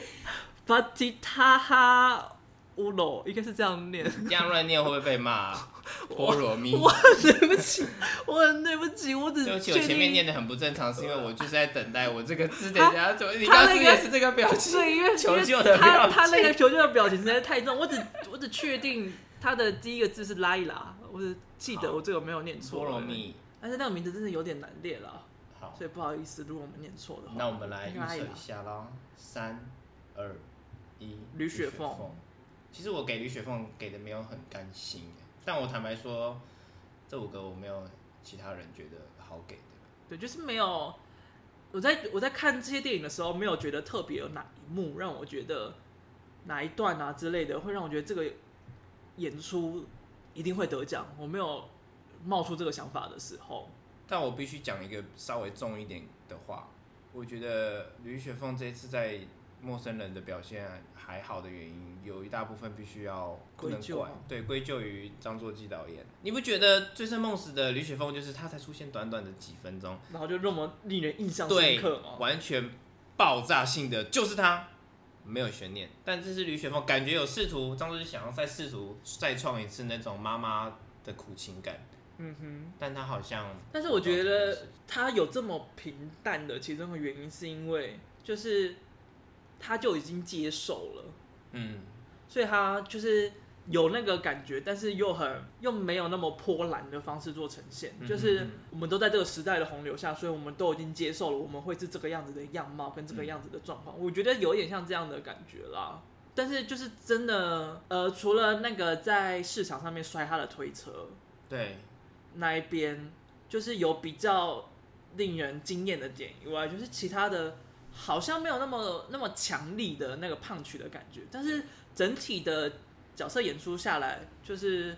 Speaker 1: 巴蒂塔哈乌罗，应该是这样念。
Speaker 2: *laughs* 这样乱念会不会被骂、啊
Speaker 3: *laughs*
Speaker 2: 菠萝蜜。
Speaker 1: 我很对不起，我很对不起，我只
Speaker 2: 对不起，我
Speaker 1: 确定啊
Speaker 2: 前面念的很不正常，是因为我就是在等待我这个字，等一下怎么？你
Speaker 1: 他
Speaker 2: 刚
Speaker 1: 那
Speaker 2: 刚
Speaker 1: 个
Speaker 2: 也是这个表情，
Speaker 1: *laughs* 对，因为
Speaker 2: 求
Speaker 1: 因
Speaker 2: 救
Speaker 1: 为
Speaker 2: 的
Speaker 1: 他
Speaker 2: 表情
Speaker 1: 他那个求救的表情实在是太重，我只我只确定他的第一个字是拉一拉，我只记得
Speaker 2: 好
Speaker 1: 我这个没有念错。
Speaker 2: 菠萝，蜜。
Speaker 1: 但是那个名字真的有点难念了，
Speaker 2: 好，
Speaker 1: 所以不好意思，如果我们念错的话。
Speaker 2: 那我们来预
Speaker 1: 拉一
Speaker 2: 测
Speaker 1: 拉
Speaker 2: 一下喽，三二一，
Speaker 1: 吕雪凤。
Speaker 2: 其实我给吕雪凤给的没有很甘心耶，但我坦白说，这五个我没有其他人觉得好给的。
Speaker 1: 对，就是没有。我在我在看这些电影的时候，没有觉得特别有哪一幕让我觉得哪一段啊之类的，会让我觉得这个演出一定会得奖。我没有冒出这个想法的时候，
Speaker 2: 但我必须讲一个稍微重一点的话，我觉得吕雪凤这次在陌生人的表现还好的原因，有一大部分必须要不能
Speaker 1: 归咎
Speaker 2: 怪
Speaker 1: 吗，
Speaker 2: 对，归咎于张作骥导演。你不觉得《醉生梦死》的吕雪凤就是她才出现短短的几分钟，
Speaker 1: 然后就那么令人印象深
Speaker 2: 对
Speaker 1: 刻嘛。
Speaker 2: 完全爆炸性的就是他，没有悬念。但这是吕雪凤，感觉有试图张作骥想要再试图再创一次那种妈妈的苦情感，
Speaker 1: 嗯哼，
Speaker 2: 但他好像
Speaker 1: 但是我觉得
Speaker 2: 是
Speaker 1: 他有这么平淡的其中的原因，是因为就是他就已经接受了。
Speaker 2: 嗯，
Speaker 1: 所以他就是有那个感觉，但是又很又没有那么波澜的方式做呈现。
Speaker 2: 嗯
Speaker 1: 就是
Speaker 2: 嗯嗯
Speaker 1: 我们都在这个时代的洪流下，所以我们都已经接受了我们会是这个样子的样貌跟这个样子的状况。我觉得有一点像这样的感觉啦。但是就是真的，呃，除了那个在市场上面摔他的推车
Speaker 2: 对，
Speaker 1: 那一边，就是有比较令人惊艳的点以外，就是其他的好像没有那么那么强力的那个胖曲的感觉，但是整体的角色演出下来，就是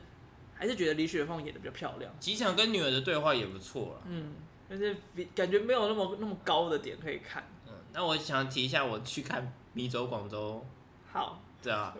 Speaker 1: 还是觉得李雪凤演的比较漂亮，
Speaker 2: 机场跟女儿的对话也不错了。
Speaker 1: 嗯，但是比感觉没有那么那么高的点可以看。
Speaker 2: 嗯，那我想提一下，我去看《迷走广州》
Speaker 1: 好，
Speaker 2: 对 *laughs* 啊，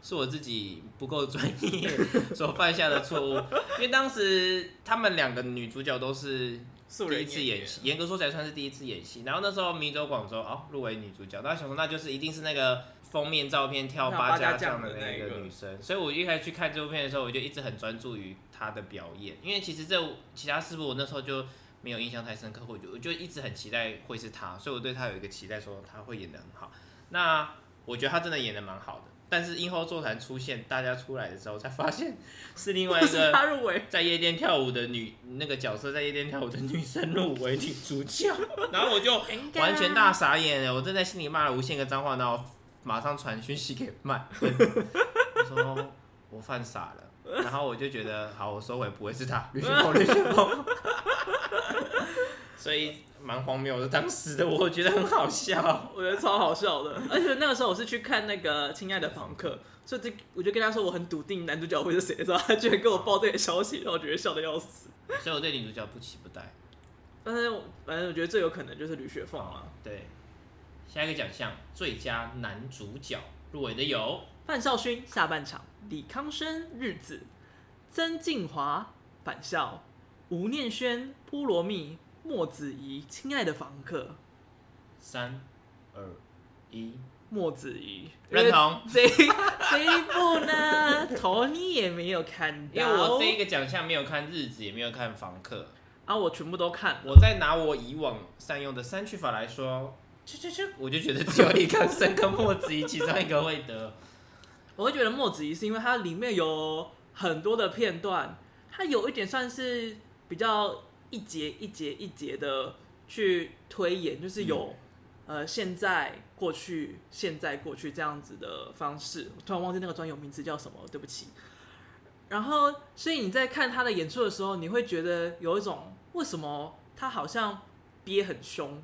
Speaker 2: 是我自己不够专业所犯下的错误，因为当时他们两个女主角都是
Speaker 1: 素
Speaker 2: 第
Speaker 1: 人
Speaker 2: 一次演戏，严格说起来算是第一次演戏。然后那时候《迷走广州》哦入围女主角，那想说那就是一定是那个封面照片跳
Speaker 1: 跳
Speaker 2: 八
Speaker 1: 八
Speaker 2: 家
Speaker 1: 家
Speaker 2: 将
Speaker 1: 将
Speaker 2: 的
Speaker 1: 的
Speaker 2: 那
Speaker 1: 那
Speaker 2: 个
Speaker 1: 个
Speaker 2: 女生，所以我一开始去看这部片的时候，我就一直很专注于她的表演，因为其实这其他四部我那时候就没有印象太深刻，我就我就一直很期待会是她，所以我对她有一个期待，说她会演的很好。那我觉得她真的演的蛮好的。但是英后座谈出现，大家出来的时候才发现是另外一
Speaker 1: 不 *laughs* 是
Speaker 2: 个
Speaker 1: 他入围，
Speaker 2: 在夜店跳舞的女那个角色在夜店跳舞的女生入围女主 *laughs* 角，然后我就完全大傻眼了，我正在心里骂了无限个脏话，然后马上传讯息给麦，我说我犯傻了，然后我就觉得好，我收回不会是他，吕雪凤，吕雪 *laughs* 凤，所以蛮荒谬的，当时的我觉得很好笑，
Speaker 1: 我觉得超好笑的。而且那个时候我是去看那个《亲爱的房客》，所以这我就跟他说我很笃定男主角会是谁的时候，他居然跟我报这个消息，让我觉得笑的要死。
Speaker 2: 所以我对女主角不期不待。
Speaker 1: 但是我反正我觉得最有可能就是吕雪凤了。
Speaker 2: 对，下一个奖项最佳男主角入围的有。
Speaker 1: 范少勋下半场，李康生日子，曾静华返校，吴念轩菠萝蜜，莫子仪亲爱的房客，
Speaker 2: 三、二、一，
Speaker 1: 莫子仪
Speaker 2: 认。同。
Speaker 1: 因为这这一部呢，头你也没有看
Speaker 2: 因为我
Speaker 1: 到
Speaker 2: 这，一个奖项没有看日子，也没有看房客，
Speaker 1: 啊，我全部都看了。
Speaker 2: 我再拿我以往善用的删去法来说，去去去，我就觉得只有一
Speaker 1: *laughs*
Speaker 2: 个生跟墨子怡其中一个会得。
Speaker 1: 我会觉得墨子怡是因为它里面有很多的片段，它有一点算是比较一节一节一节的去推演，就是有、呃现在、过去、现在、过去这样子的方式。我突然忘记那个专有名词叫什么，对不起。然后，所以你在看他的演出的时候，你会觉得有一种为什么他好像憋很凶，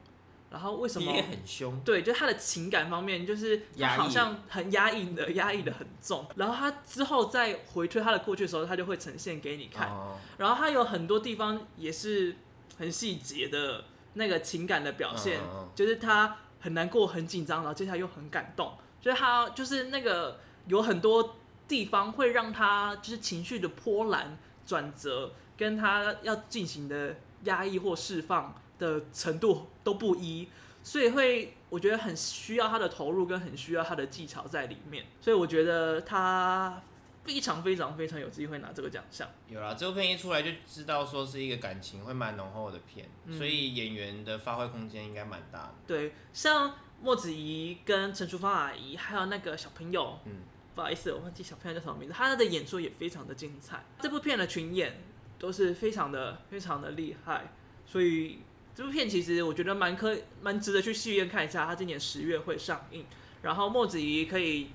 Speaker 1: 然后为什么
Speaker 2: 也很凶，
Speaker 1: 对，就他的情感方面，就是他
Speaker 2: 压抑
Speaker 1: 好像很压抑的，压抑的很重。然后他之后再回推他的过去的时候，他就会呈现给你看。
Speaker 2: 哦
Speaker 1: 然后他有很多地方也是很细节的那个情感的表现，
Speaker 2: 嗯嗯嗯
Speaker 1: 就是他很难过、很紧张，然后接下来又很感动，就是他就是那个有很多地方会让他就是情绪的波澜转折，跟他要进行的压抑或释放的程度都不一，所以会我觉得很需要他的投入跟很需要他的技巧在里面，所以我觉得他非常非常非常有机会拿这个奖项。
Speaker 2: 有啦，这部片一出来就知道说是一个感情会蛮浓厚的片，
Speaker 1: 嗯
Speaker 2: 所以演员的发挥空间应该蛮大的。
Speaker 1: 对，像莫子怡跟陈淑芳阿姨，还有那个小朋友，
Speaker 2: 嗯，
Speaker 1: 不好意思，我忘记小朋友叫什么名字，他的演出也非常的精彩。这部片的群演都是非常的非常的厉害，所以这部片其实我觉得蛮可蛮值得去戏院看一下。它今年十月会上映，然后莫子怡可以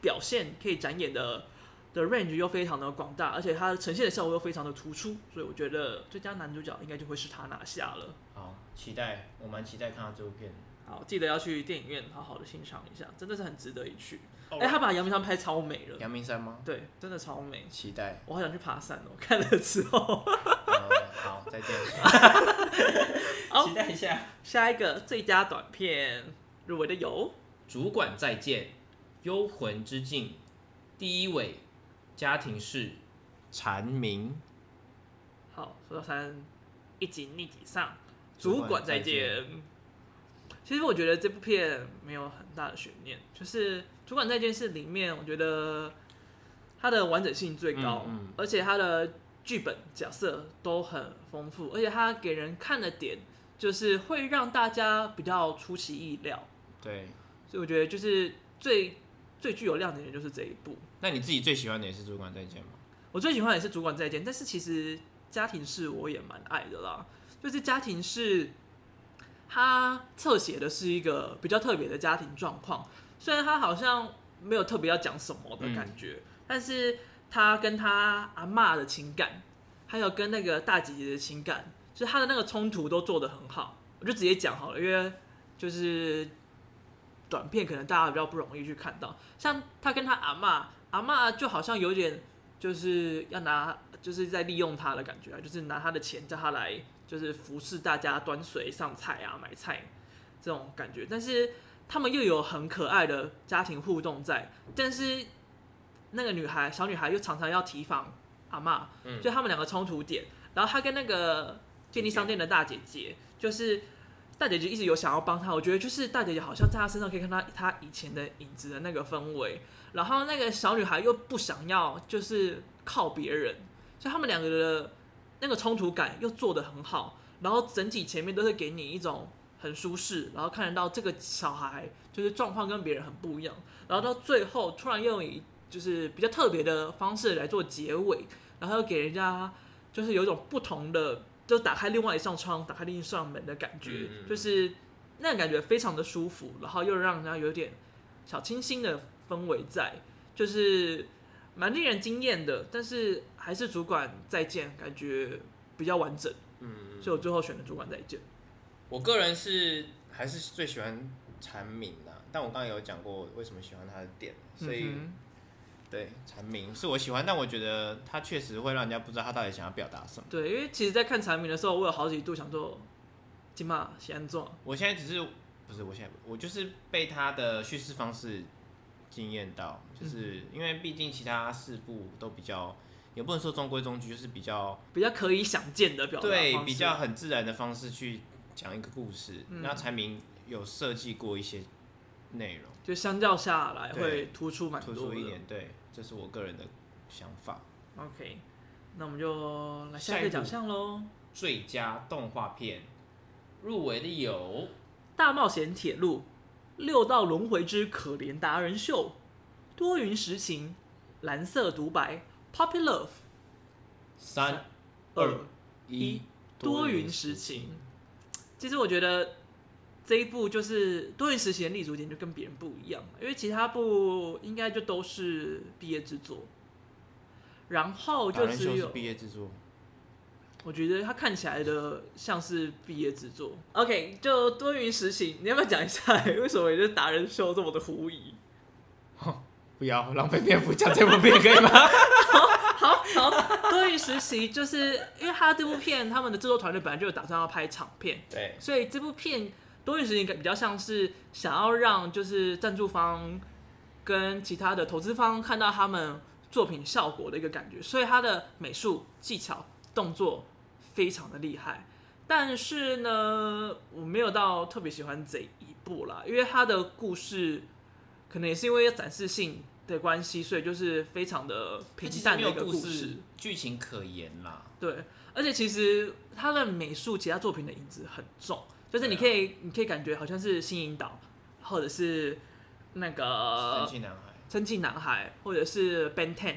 Speaker 1: 表现可以展演的。的 range 又非常的广大，而且它呈现的效果又非常的突出，所以我觉得最佳男主角应该就会是他拿下了。
Speaker 2: 好，期待，我蛮期待看到这部片。
Speaker 1: 好，记得要去电影院好好的欣赏一下，真的是很值得一去。哎、
Speaker 2: 哎，
Speaker 1: 他把阳明山拍超美了，
Speaker 2: 阳明山吗？
Speaker 1: 对，真的超美。
Speaker 2: 期待。
Speaker 1: 我好想去爬山哦， *laughs* 看了之后。
Speaker 2: 呃，好，
Speaker 1: *laughs*
Speaker 2: 再见。 *laughs*
Speaker 1: 好
Speaker 3: 期待一下。
Speaker 1: 下一个最佳短片入围的有，
Speaker 3: 主管再见，幽魂之境，第一位，家庭式，
Speaker 2: 蝉鸣，
Speaker 1: 好，说到三，一级逆级上，
Speaker 2: 主
Speaker 1: 主
Speaker 2: 管
Speaker 1: 管再
Speaker 2: 再见
Speaker 1: 见。其实我觉得这部片没有很大的悬念，就是《主管再见》是里面我觉得它的完整性最高，
Speaker 2: 嗯嗯
Speaker 1: 而且它的剧本角色都很丰富，而且它给人看的点就是会让大家比较出其意料，
Speaker 2: 对。
Speaker 1: 所以我觉得就是最最具有亮点的就是这一部。
Speaker 2: 那你自己最喜欢的也是《主管再见》吗？
Speaker 1: 我最喜欢也是主管再见，但是其实家庭式我也蛮爱的啦。就是家庭式，它侧写的是一个比较特别的家庭状况，虽然它好像没有特别要讲什么的感觉，但是他跟他阿嬷的情感，还有跟那个大姐姐的情感，就是他的那个冲突都做得很好。我就直接讲好了，因为就是短片可能大家比较不容易去看到，像他跟他阿嬷，阿嬷就好像有点就是要拿，就是在利用他的感觉啊，就是拿他的钱叫他来，就是服侍大家端水上菜啊、买菜这种感觉。但是他们又有很可爱的家庭互动在，但是那个女孩小女孩又常常要提防阿嬷，
Speaker 2: 嗯
Speaker 1: 就他们两个冲突点。然后她跟那个便利商店的大姐姐，就是大姐姐一直有想要帮她，我觉得就是大姐姐好像在她身上可以看到她以前的影子的那个氛围。然后那个小女孩又不想要，就是靠别人，所以他们两个的那个冲突感又做得很好，然后整体前面都是给你一种很舒适，然后看得到这个小孩就是状况跟别人很不一样，然后到最后突然又以就是比较特别的方式来做结尾，然后又给人家就是有一种不同的，就打开另外一扇窗，打开另一扇门的感觉，
Speaker 2: 嗯嗯嗯
Speaker 1: 就是那个感觉非常的舒服，然后又让人家有点小清新的氛围在，就是蛮令人惊艳的，但是还是主管再见感觉比较完整，
Speaker 2: 嗯，
Speaker 1: 所以我最后选的主管再见。
Speaker 2: 我个人是还是最喜欢蝉鸣啦，但我刚刚有讲过为什么喜欢它的点，所以、
Speaker 1: 嗯
Speaker 2: 对蝉鸣是我喜欢，但我觉得它确实会让人家不知道他到底想要表达什么
Speaker 1: 哼。对，因为其实，在看产品的时候，我有好几度想说，金马喜安壮，
Speaker 2: 我现在只是不是我现在我就是被他的叙事方式惊艳到，就是、
Speaker 1: 嗯
Speaker 2: 因为毕竟其他四部都比较。也不能说中规中矩，就是比较
Speaker 1: 比较可以想见的表达
Speaker 2: 对
Speaker 1: 方式
Speaker 2: 比较很自然的方式去讲一个故事。
Speaker 1: 嗯
Speaker 2: 那蝉鸣有设计过一些内容。
Speaker 1: 就相较下来
Speaker 2: 对
Speaker 1: 会突出蛮
Speaker 2: 突
Speaker 1: 多的。
Speaker 2: 出一点，对，这是我个人的想法。
Speaker 1: OK，那我们就来下
Speaker 2: 下
Speaker 1: 一
Speaker 2: 一
Speaker 1: 个
Speaker 2: 步
Speaker 1: 奖项喽。
Speaker 2: 最佳动画片，入围的有
Speaker 1: 大冒险铁路、六道轮回之可怜达人秀、多云时晴、蓝色独白、Puppy Love
Speaker 2: 三
Speaker 1: 二
Speaker 2: 二
Speaker 1: 一
Speaker 2: 一
Speaker 1: 多云时晴。其实我觉得这一部就是多云时晴的立足点就跟别人不一样，因为其他部应该就都是毕业制作，然后
Speaker 2: 达
Speaker 1: 就
Speaker 2: 人秀
Speaker 1: 只
Speaker 2: 啊是
Speaker 1: 有
Speaker 2: 毕业制作，
Speaker 1: 我觉得它看起来的像是毕业制作。OK，就多云时晴，你要不要讲一下为什么你对达人秀这么的狐疑？
Speaker 2: 不要浪费篇幅讲这部片可以吗？
Speaker 1: 好， *laughs* 多云时晴就是因为他这部片，他们的制作团队本来就有打算要拍长片，
Speaker 2: *laughs* 对，
Speaker 1: 所以这部片多云时晴比较像是想要让就是赞助方跟其他的投资方看到他们作品效果的一个感觉，所以他的美术技巧、动作非常的厉害。但是呢，我没有到特别喜欢这一部啦，因为他的故事可能也是因为展示性的关系，所以就是非常的
Speaker 2: 它
Speaker 1: 平
Speaker 2: 其实
Speaker 1: 淡
Speaker 2: 没
Speaker 1: 的一
Speaker 2: 有
Speaker 1: 个
Speaker 2: 故
Speaker 1: 故事
Speaker 2: 事。，剧情可言啦。
Speaker 1: 对，而且其实他的美术其他作品的影子很重，就是你可以、你可以感觉好像是新引导，或者是那
Speaker 2: 神
Speaker 1: 个
Speaker 2: 奇男孩，
Speaker 1: 《蒸汽男孩》，或者是 Ben Ten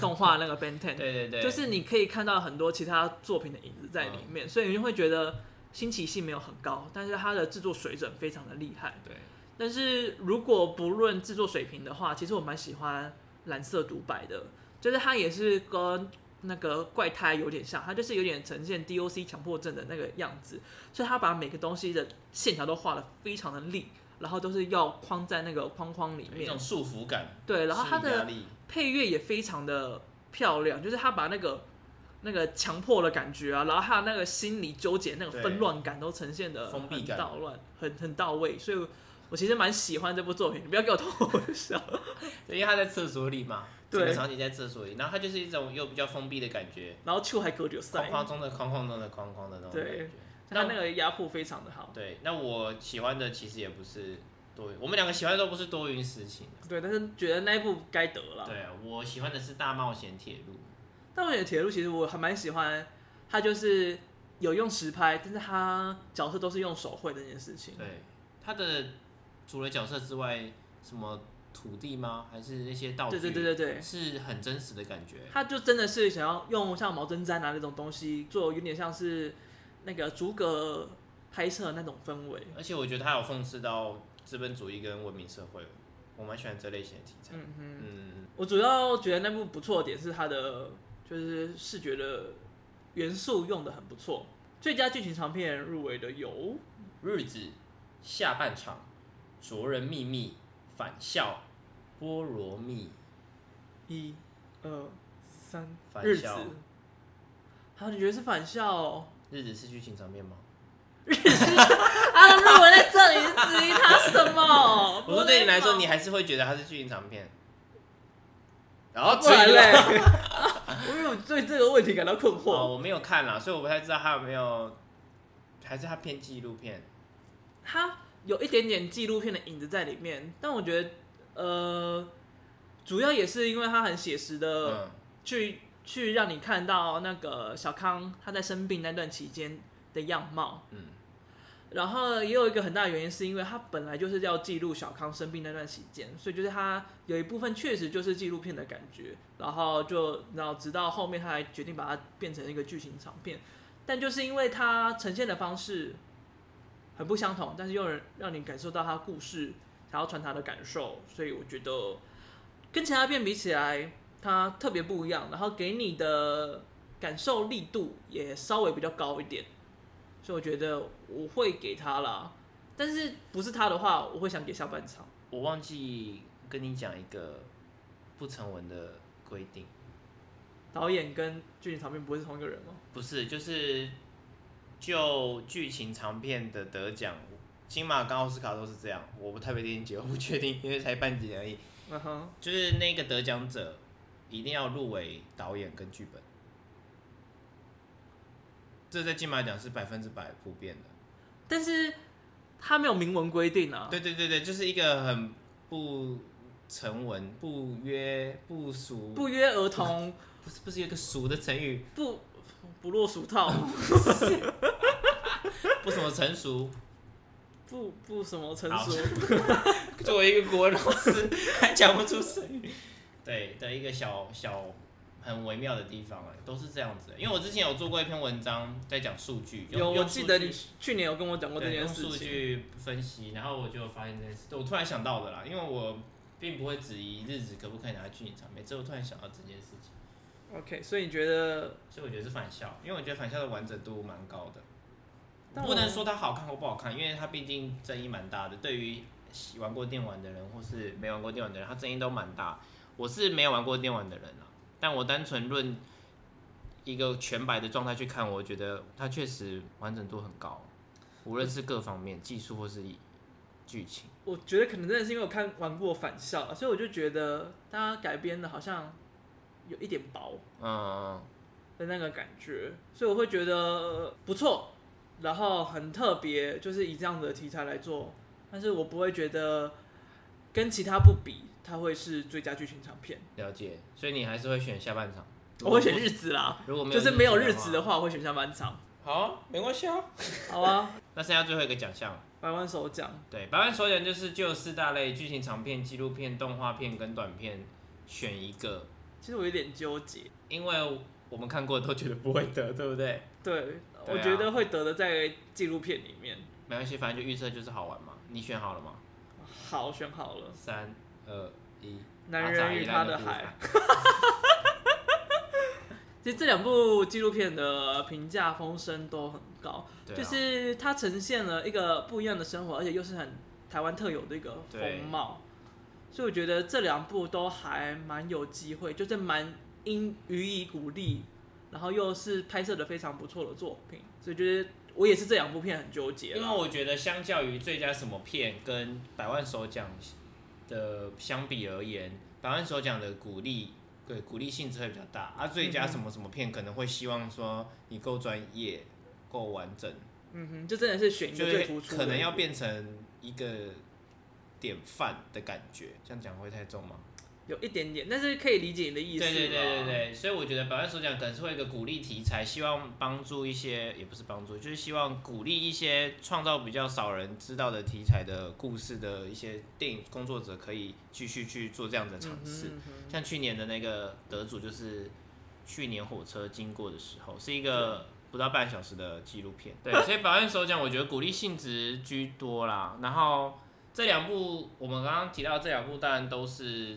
Speaker 1: 动画那个 Ben Ten，
Speaker 2: 对对对，
Speaker 1: 就是你可以看到很多其他作品的影子在里面，所以你就会觉得新奇性没有很高，但是它的制作水准非常的厉害。
Speaker 2: 对，
Speaker 1: 但是如果不论制作水平的话，其实我蛮喜欢蓝色独白的，就是它也是跟那个怪胎有点像，它就是有点呈现 DOC 强迫症的那个样子，所以它把每个东西的线条都画的非常的利，然后都是要框在那个框框里
Speaker 2: 一
Speaker 1: 面
Speaker 2: 种，束缚感，
Speaker 1: 对，然后它
Speaker 2: 心理压
Speaker 1: 的
Speaker 2: 力
Speaker 1: 配乐也非常的漂亮，就是他把那个那个强迫的感觉啊，然后还有那个心理纠结、那个
Speaker 2: 对
Speaker 1: 纷乱感都呈现的
Speaker 2: 封闭
Speaker 1: 很
Speaker 2: 感
Speaker 1: 到乱、很很到位，所以我其实蛮喜欢这部作品。你不要给我偷笑，
Speaker 2: 对因为他在厕所里嘛，
Speaker 1: 对
Speaker 2: 整个场景在厕所里，然后他就是一种又比较封闭的感觉，
Speaker 1: 然后秋还隔绝
Speaker 2: 框
Speaker 1: 赛，
Speaker 2: 框中的框框中的框框的那种感
Speaker 1: 对
Speaker 2: 觉。
Speaker 1: 他那个压迫非常的好。
Speaker 2: 对，那我喜欢的其实也不是多云，我们两个喜欢的都不是多云时晴、啊。
Speaker 1: 对，但是觉得那一部该得了。
Speaker 2: 对啊，我喜欢的是大冒险铁路。
Speaker 1: 但我觉得铁路其实我还蛮喜欢，他就是有用实拍，但是他角色都是用手绘这件事情。
Speaker 2: 对，它的除了角色之外，什么土地吗？还是那些道具？
Speaker 1: 对对对对对，
Speaker 2: 是很真实的感觉。
Speaker 1: 他就真的是想要用像毛针毡啊那种东西做，有点像是那个逐格拍摄的那种氛围。
Speaker 2: 而且我觉得它有讽刺到资本主义跟文明社会，我蛮喜欢这类型的题材。
Speaker 1: 嗯哼，
Speaker 2: 嗯，
Speaker 1: 我主要觉得那部不错的点是它的就是视觉的元素用的很不错。最佳剧情长片入围的有
Speaker 2: 日子下半场，卓人秘密返校，菠萝蜜
Speaker 1: 一、二、三，
Speaker 2: 返
Speaker 1: 日子
Speaker 2: 校。。
Speaker 1: 好、你觉得是返校、哦？
Speaker 2: 日子是剧情长片吗？
Speaker 1: 他的啊入围在这里，质疑他什么？
Speaker 2: *laughs* 我说对你来说，你还是会觉得它是剧情长片。然后
Speaker 1: 不然嘞
Speaker 2: 嘞，
Speaker 1: *laughs* 我有对这个问题感到困惑。
Speaker 2: 哦，我没有看啦，所以我不太知道它有没有，还是它偏纪录片。
Speaker 1: 它有一点点纪录片的影子在里面，但我觉得，呃，主要也是因为它很写实的
Speaker 2: 嗯，
Speaker 1: 去、去让你看到那个小康他在生病那段期间的样貌，
Speaker 2: 嗯，
Speaker 1: 然后也有一个很大的原因是因为它本来就是要记录小康生病那段期间，所以就是它有一部分确实就是纪录片的感觉，然后就然后直到后面他还决定把它变成一个剧情长片，但就是因为它呈现的方式很不相同，但是又能让你感受到它故事想要传达的感受，所以我觉得跟其他片比起来，它特别不一样，然后给你的感受力度也稍微比较高一点，所以我觉得我会给它啦。但是不是它的话，我会想给下半场。
Speaker 2: 我忘记跟你讲一个不成文的规定，
Speaker 1: 导演跟剧情场面不会是同一个人吗？
Speaker 2: 不是，就是就剧情长片的得奖，金马跟奥斯卡都是这样。我不太被理解，我不确定，因为才半集而已。
Speaker 1: 嗯哼，
Speaker 2: 就是那个得奖者一定要入围导演跟剧本，这在金马奖是百分之百普遍的。
Speaker 1: 但是他没有明文规定啊。
Speaker 2: 对对对对，就是一个很不成文、不约不俗、
Speaker 1: 不约而同， *laughs*
Speaker 2: 不是不是有一个俗的成语，
Speaker 1: 不不落俗套， *laughs*
Speaker 2: 不什么成熟。
Speaker 1: 不不什么成
Speaker 2: 好
Speaker 1: 熟，
Speaker 2: 作为一个国文老师，还讲不出成语，对的一个小小很微妙的地方哎、都是这样子、因为我之前有做过一篇文章在讲数据，用
Speaker 1: 有我
Speaker 2: 用
Speaker 1: 记
Speaker 2: 数
Speaker 1: 得
Speaker 2: 据
Speaker 1: 你去年有跟我讲过这
Speaker 2: 对，
Speaker 1: 件
Speaker 2: 用
Speaker 1: 事
Speaker 2: 数
Speaker 1: 情，
Speaker 2: 据分析，然后我就发现这件事，我突然想到的啦，因为我并不会质疑日子可不可以拿去隐藏，每次我突然想到这件事情，
Speaker 1: OK，所以你觉得
Speaker 2: 所以我觉得是返校，因为我觉得返校的完整度蛮高的。
Speaker 1: 但
Speaker 2: 不
Speaker 1: 我
Speaker 2: 能说它好看或不好看，因为它毕竟争议蛮大的。对于喜玩过电玩的人，或是没玩过电玩的人，它争议都蛮大。我是没有玩过电玩的人啊，但我单纯论一个全白的状态去看，我觉得它确实完整度很高，无论是各方面技术或是剧情。
Speaker 1: 我觉得可能真的是因为我看玩过返校啊了，所以我就觉得它改编的好像有一点薄
Speaker 2: 嗯，
Speaker 1: 的那个感觉，所以我会觉得呃不错，然后很特别，就是以这样的题材来做，但是我不会觉得跟其他不比，它会是最佳剧情长片，
Speaker 2: 了解。所以你还是会选下半场？
Speaker 1: 我会选日子啦，
Speaker 2: 如果没有
Speaker 1: 就是没有日
Speaker 2: 子
Speaker 1: 子的话，我会选下半场，
Speaker 2: 好啊，没关系啊。
Speaker 1: 好啊， *laughs*
Speaker 2: 那剩下最后一个奖项了。
Speaker 1: 百万首奖。
Speaker 2: 对，百万首奖就是就四大类：剧情长片、纪录片、动画片跟短片，选一个，
Speaker 1: 其实我有点纠结，
Speaker 2: 因为我们看过都觉得不会得，对不对？
Speaker 1: 对，我
Speaker 2: 对啊
Speaker 1: 觉得会得的在纪录片里面。
Speaker 2: 没关系，反正就预测就是好玩嘛。你选好了吗？
Speaker 1: 好，选好了，
Speaker 2: 三二一，
Speaker 1: 男人与他的海
Speaker 2: 阿扎伊兰
Speaker 1: 其实这两部纪录片的评价风声都很高，
Speaker 2: 对啊，
Speaker 1: 就是它呈现了一个不一样的生活，而且又是很台湾特有的一个
Speaker 2: 对
Speaker 1: 风貌，所以我觉得这两部都还蛮有机会，就是蛮应予以鼓励，然后又是拍摄的非常不错的作品，所以觉得我也是这两部片很纠结啦，
Speaker 2: 因为我觉得相较于最佳什么片跟百万首奖的相比而言，百万首奖的鼓励。对，鼓励性质会比较大，啊，最
Speaker 1: 嗯
Speaker 2: 佳什么什么片可能会希望说你够专业、够完整，
Speaker 1: 嗯哼，就真的是选一
Speaker 2: 就
Speaker 1: 个最突
Speaker 2: 是
Speaker 1: 出的，
Speaker 2: 可能要变成一个典范的感觉，这样讲会太重吗？
Speaker 1: 有一点点，但是可以理解你的意
Speaker 2: 对
Speaker 1: 思，嗯
Speaker 2: 对对对。对，所以我觉得百万首奖可能是会有一个鼓励题材，希望帮助一些，也不是帮助，就是希望鼓励一些创造比较少人知道的题材的故事的一些电影工作者可以继续去做这样的尝
Speaker 1: 嗯哼
Speaker 2: 试。
Speaker 1: 嗯哼
Speaker 2: 像去年的那个得主就是去年火车经过的时候，是一个不到半小时的纪录片。对，所以《百万首奖》我觉得鼓励性质居多啦。然后这两部我们刚刚提到这两部，当然都是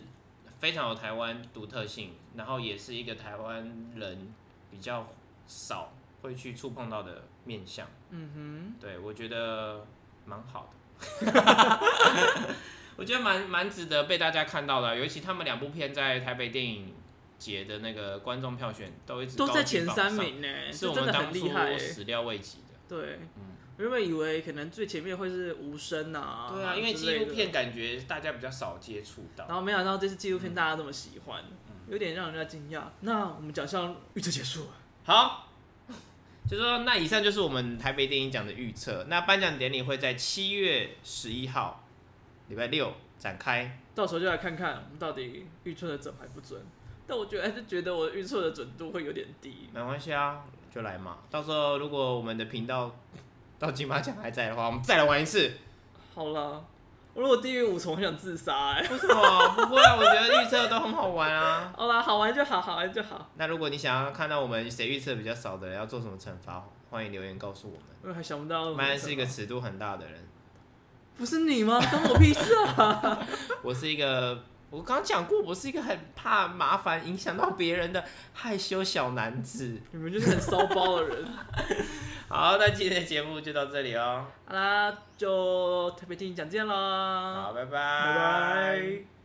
Speaker 2: 非常有台湾独特性，然后也是一个台湾人比较少会去触碰到的面向。
Speaker 1: 嗯
Speaker 2: 对，我觉得蛮好的， *laughs* 我觉得蛮蛮值得被大家看到的，尤其他们两部片在台北电影节的那个观众票选都一直
Speaker 1: 哼，都
Speaker 2: 高
Speaker 1: 在
Speaker 2: 居
Speaker 1: 前
Speaker 2: 榜
Speaker 1: 三
Speaker 2: 上，
Speaker 1: 名呢，
Speaker 2: 是
Speaker 1: 这
Speaker 2: 我
Speaker 1: 真
Speaker 2: 们
Speaker 1: 的
Speaker 2: 当
Speaker 1: 很
Speaker 2: 初
Speaker 1: 厉害欸。
Speaker 2: 始料未及的。
Speaker 1: 对，
Speaker 2: 嗯
Speaker 1: 原本以为可能最前面会是无声啊，
Speaker 2: 对啊，因为
Speaker 1: 之
Speaker 2: 纪
Speaker 1: 类
Speaker 2: 录
Speaker 1: 的
Speaker 2: 片，感觉大家比较少接触到
Speaker 1: 然。后没想到这次纪录
Speaker 2: 嗯
Speaker 1: 片大家这么喜欢，有点让人家惊讶。那我们奖项预测结束了，
Speaker 2: 好， *laughs* 就说那以上就是我们台北电影奖的预测。那颁奖典礼会在七月十一号，礼拜六展开。
Speaker 1: 到时候就来看看我们到底预测的准还不准。但我觉得还是觉得我预测的准度会有点低，
Speaker 2: 没关系啊，就来嘛。到时候如果我们的频道 *laughs* 到金马奖还在的话，我们再来玩一次。
Speaker 1: 好啦，我如果低于五重，我想自杀哎、
Speaker 2: 为什么？不会啊，我觉得预测都很好玩啊。
Speaker 1: 好啦，好玩就好，好玩就好。
Speaker 2: 那如果你想要看到我们谁预测比较少的人要做什么惩罚，欢迎留言告诉我们。
Speaker 1: 因为还想不到，
Speaker 2: 麦恩是一个尺度很大的人，
Speaker 1: 不是你吗？关我屁事啊！ *laughs*
Speaker 2: 我是一个，我刚刚讲过，我是一个很怕麻烦、影响到别人的害羞小男子。
Speaker 1: 你们就是很骚包的人。
Speaker 2: 好，那今天的节目就到这里哦。
Speaker 1: 好啦，就特别电影讲见喽，
Speaker 2: 好，拜拜，
Speaker 1: 拜拜。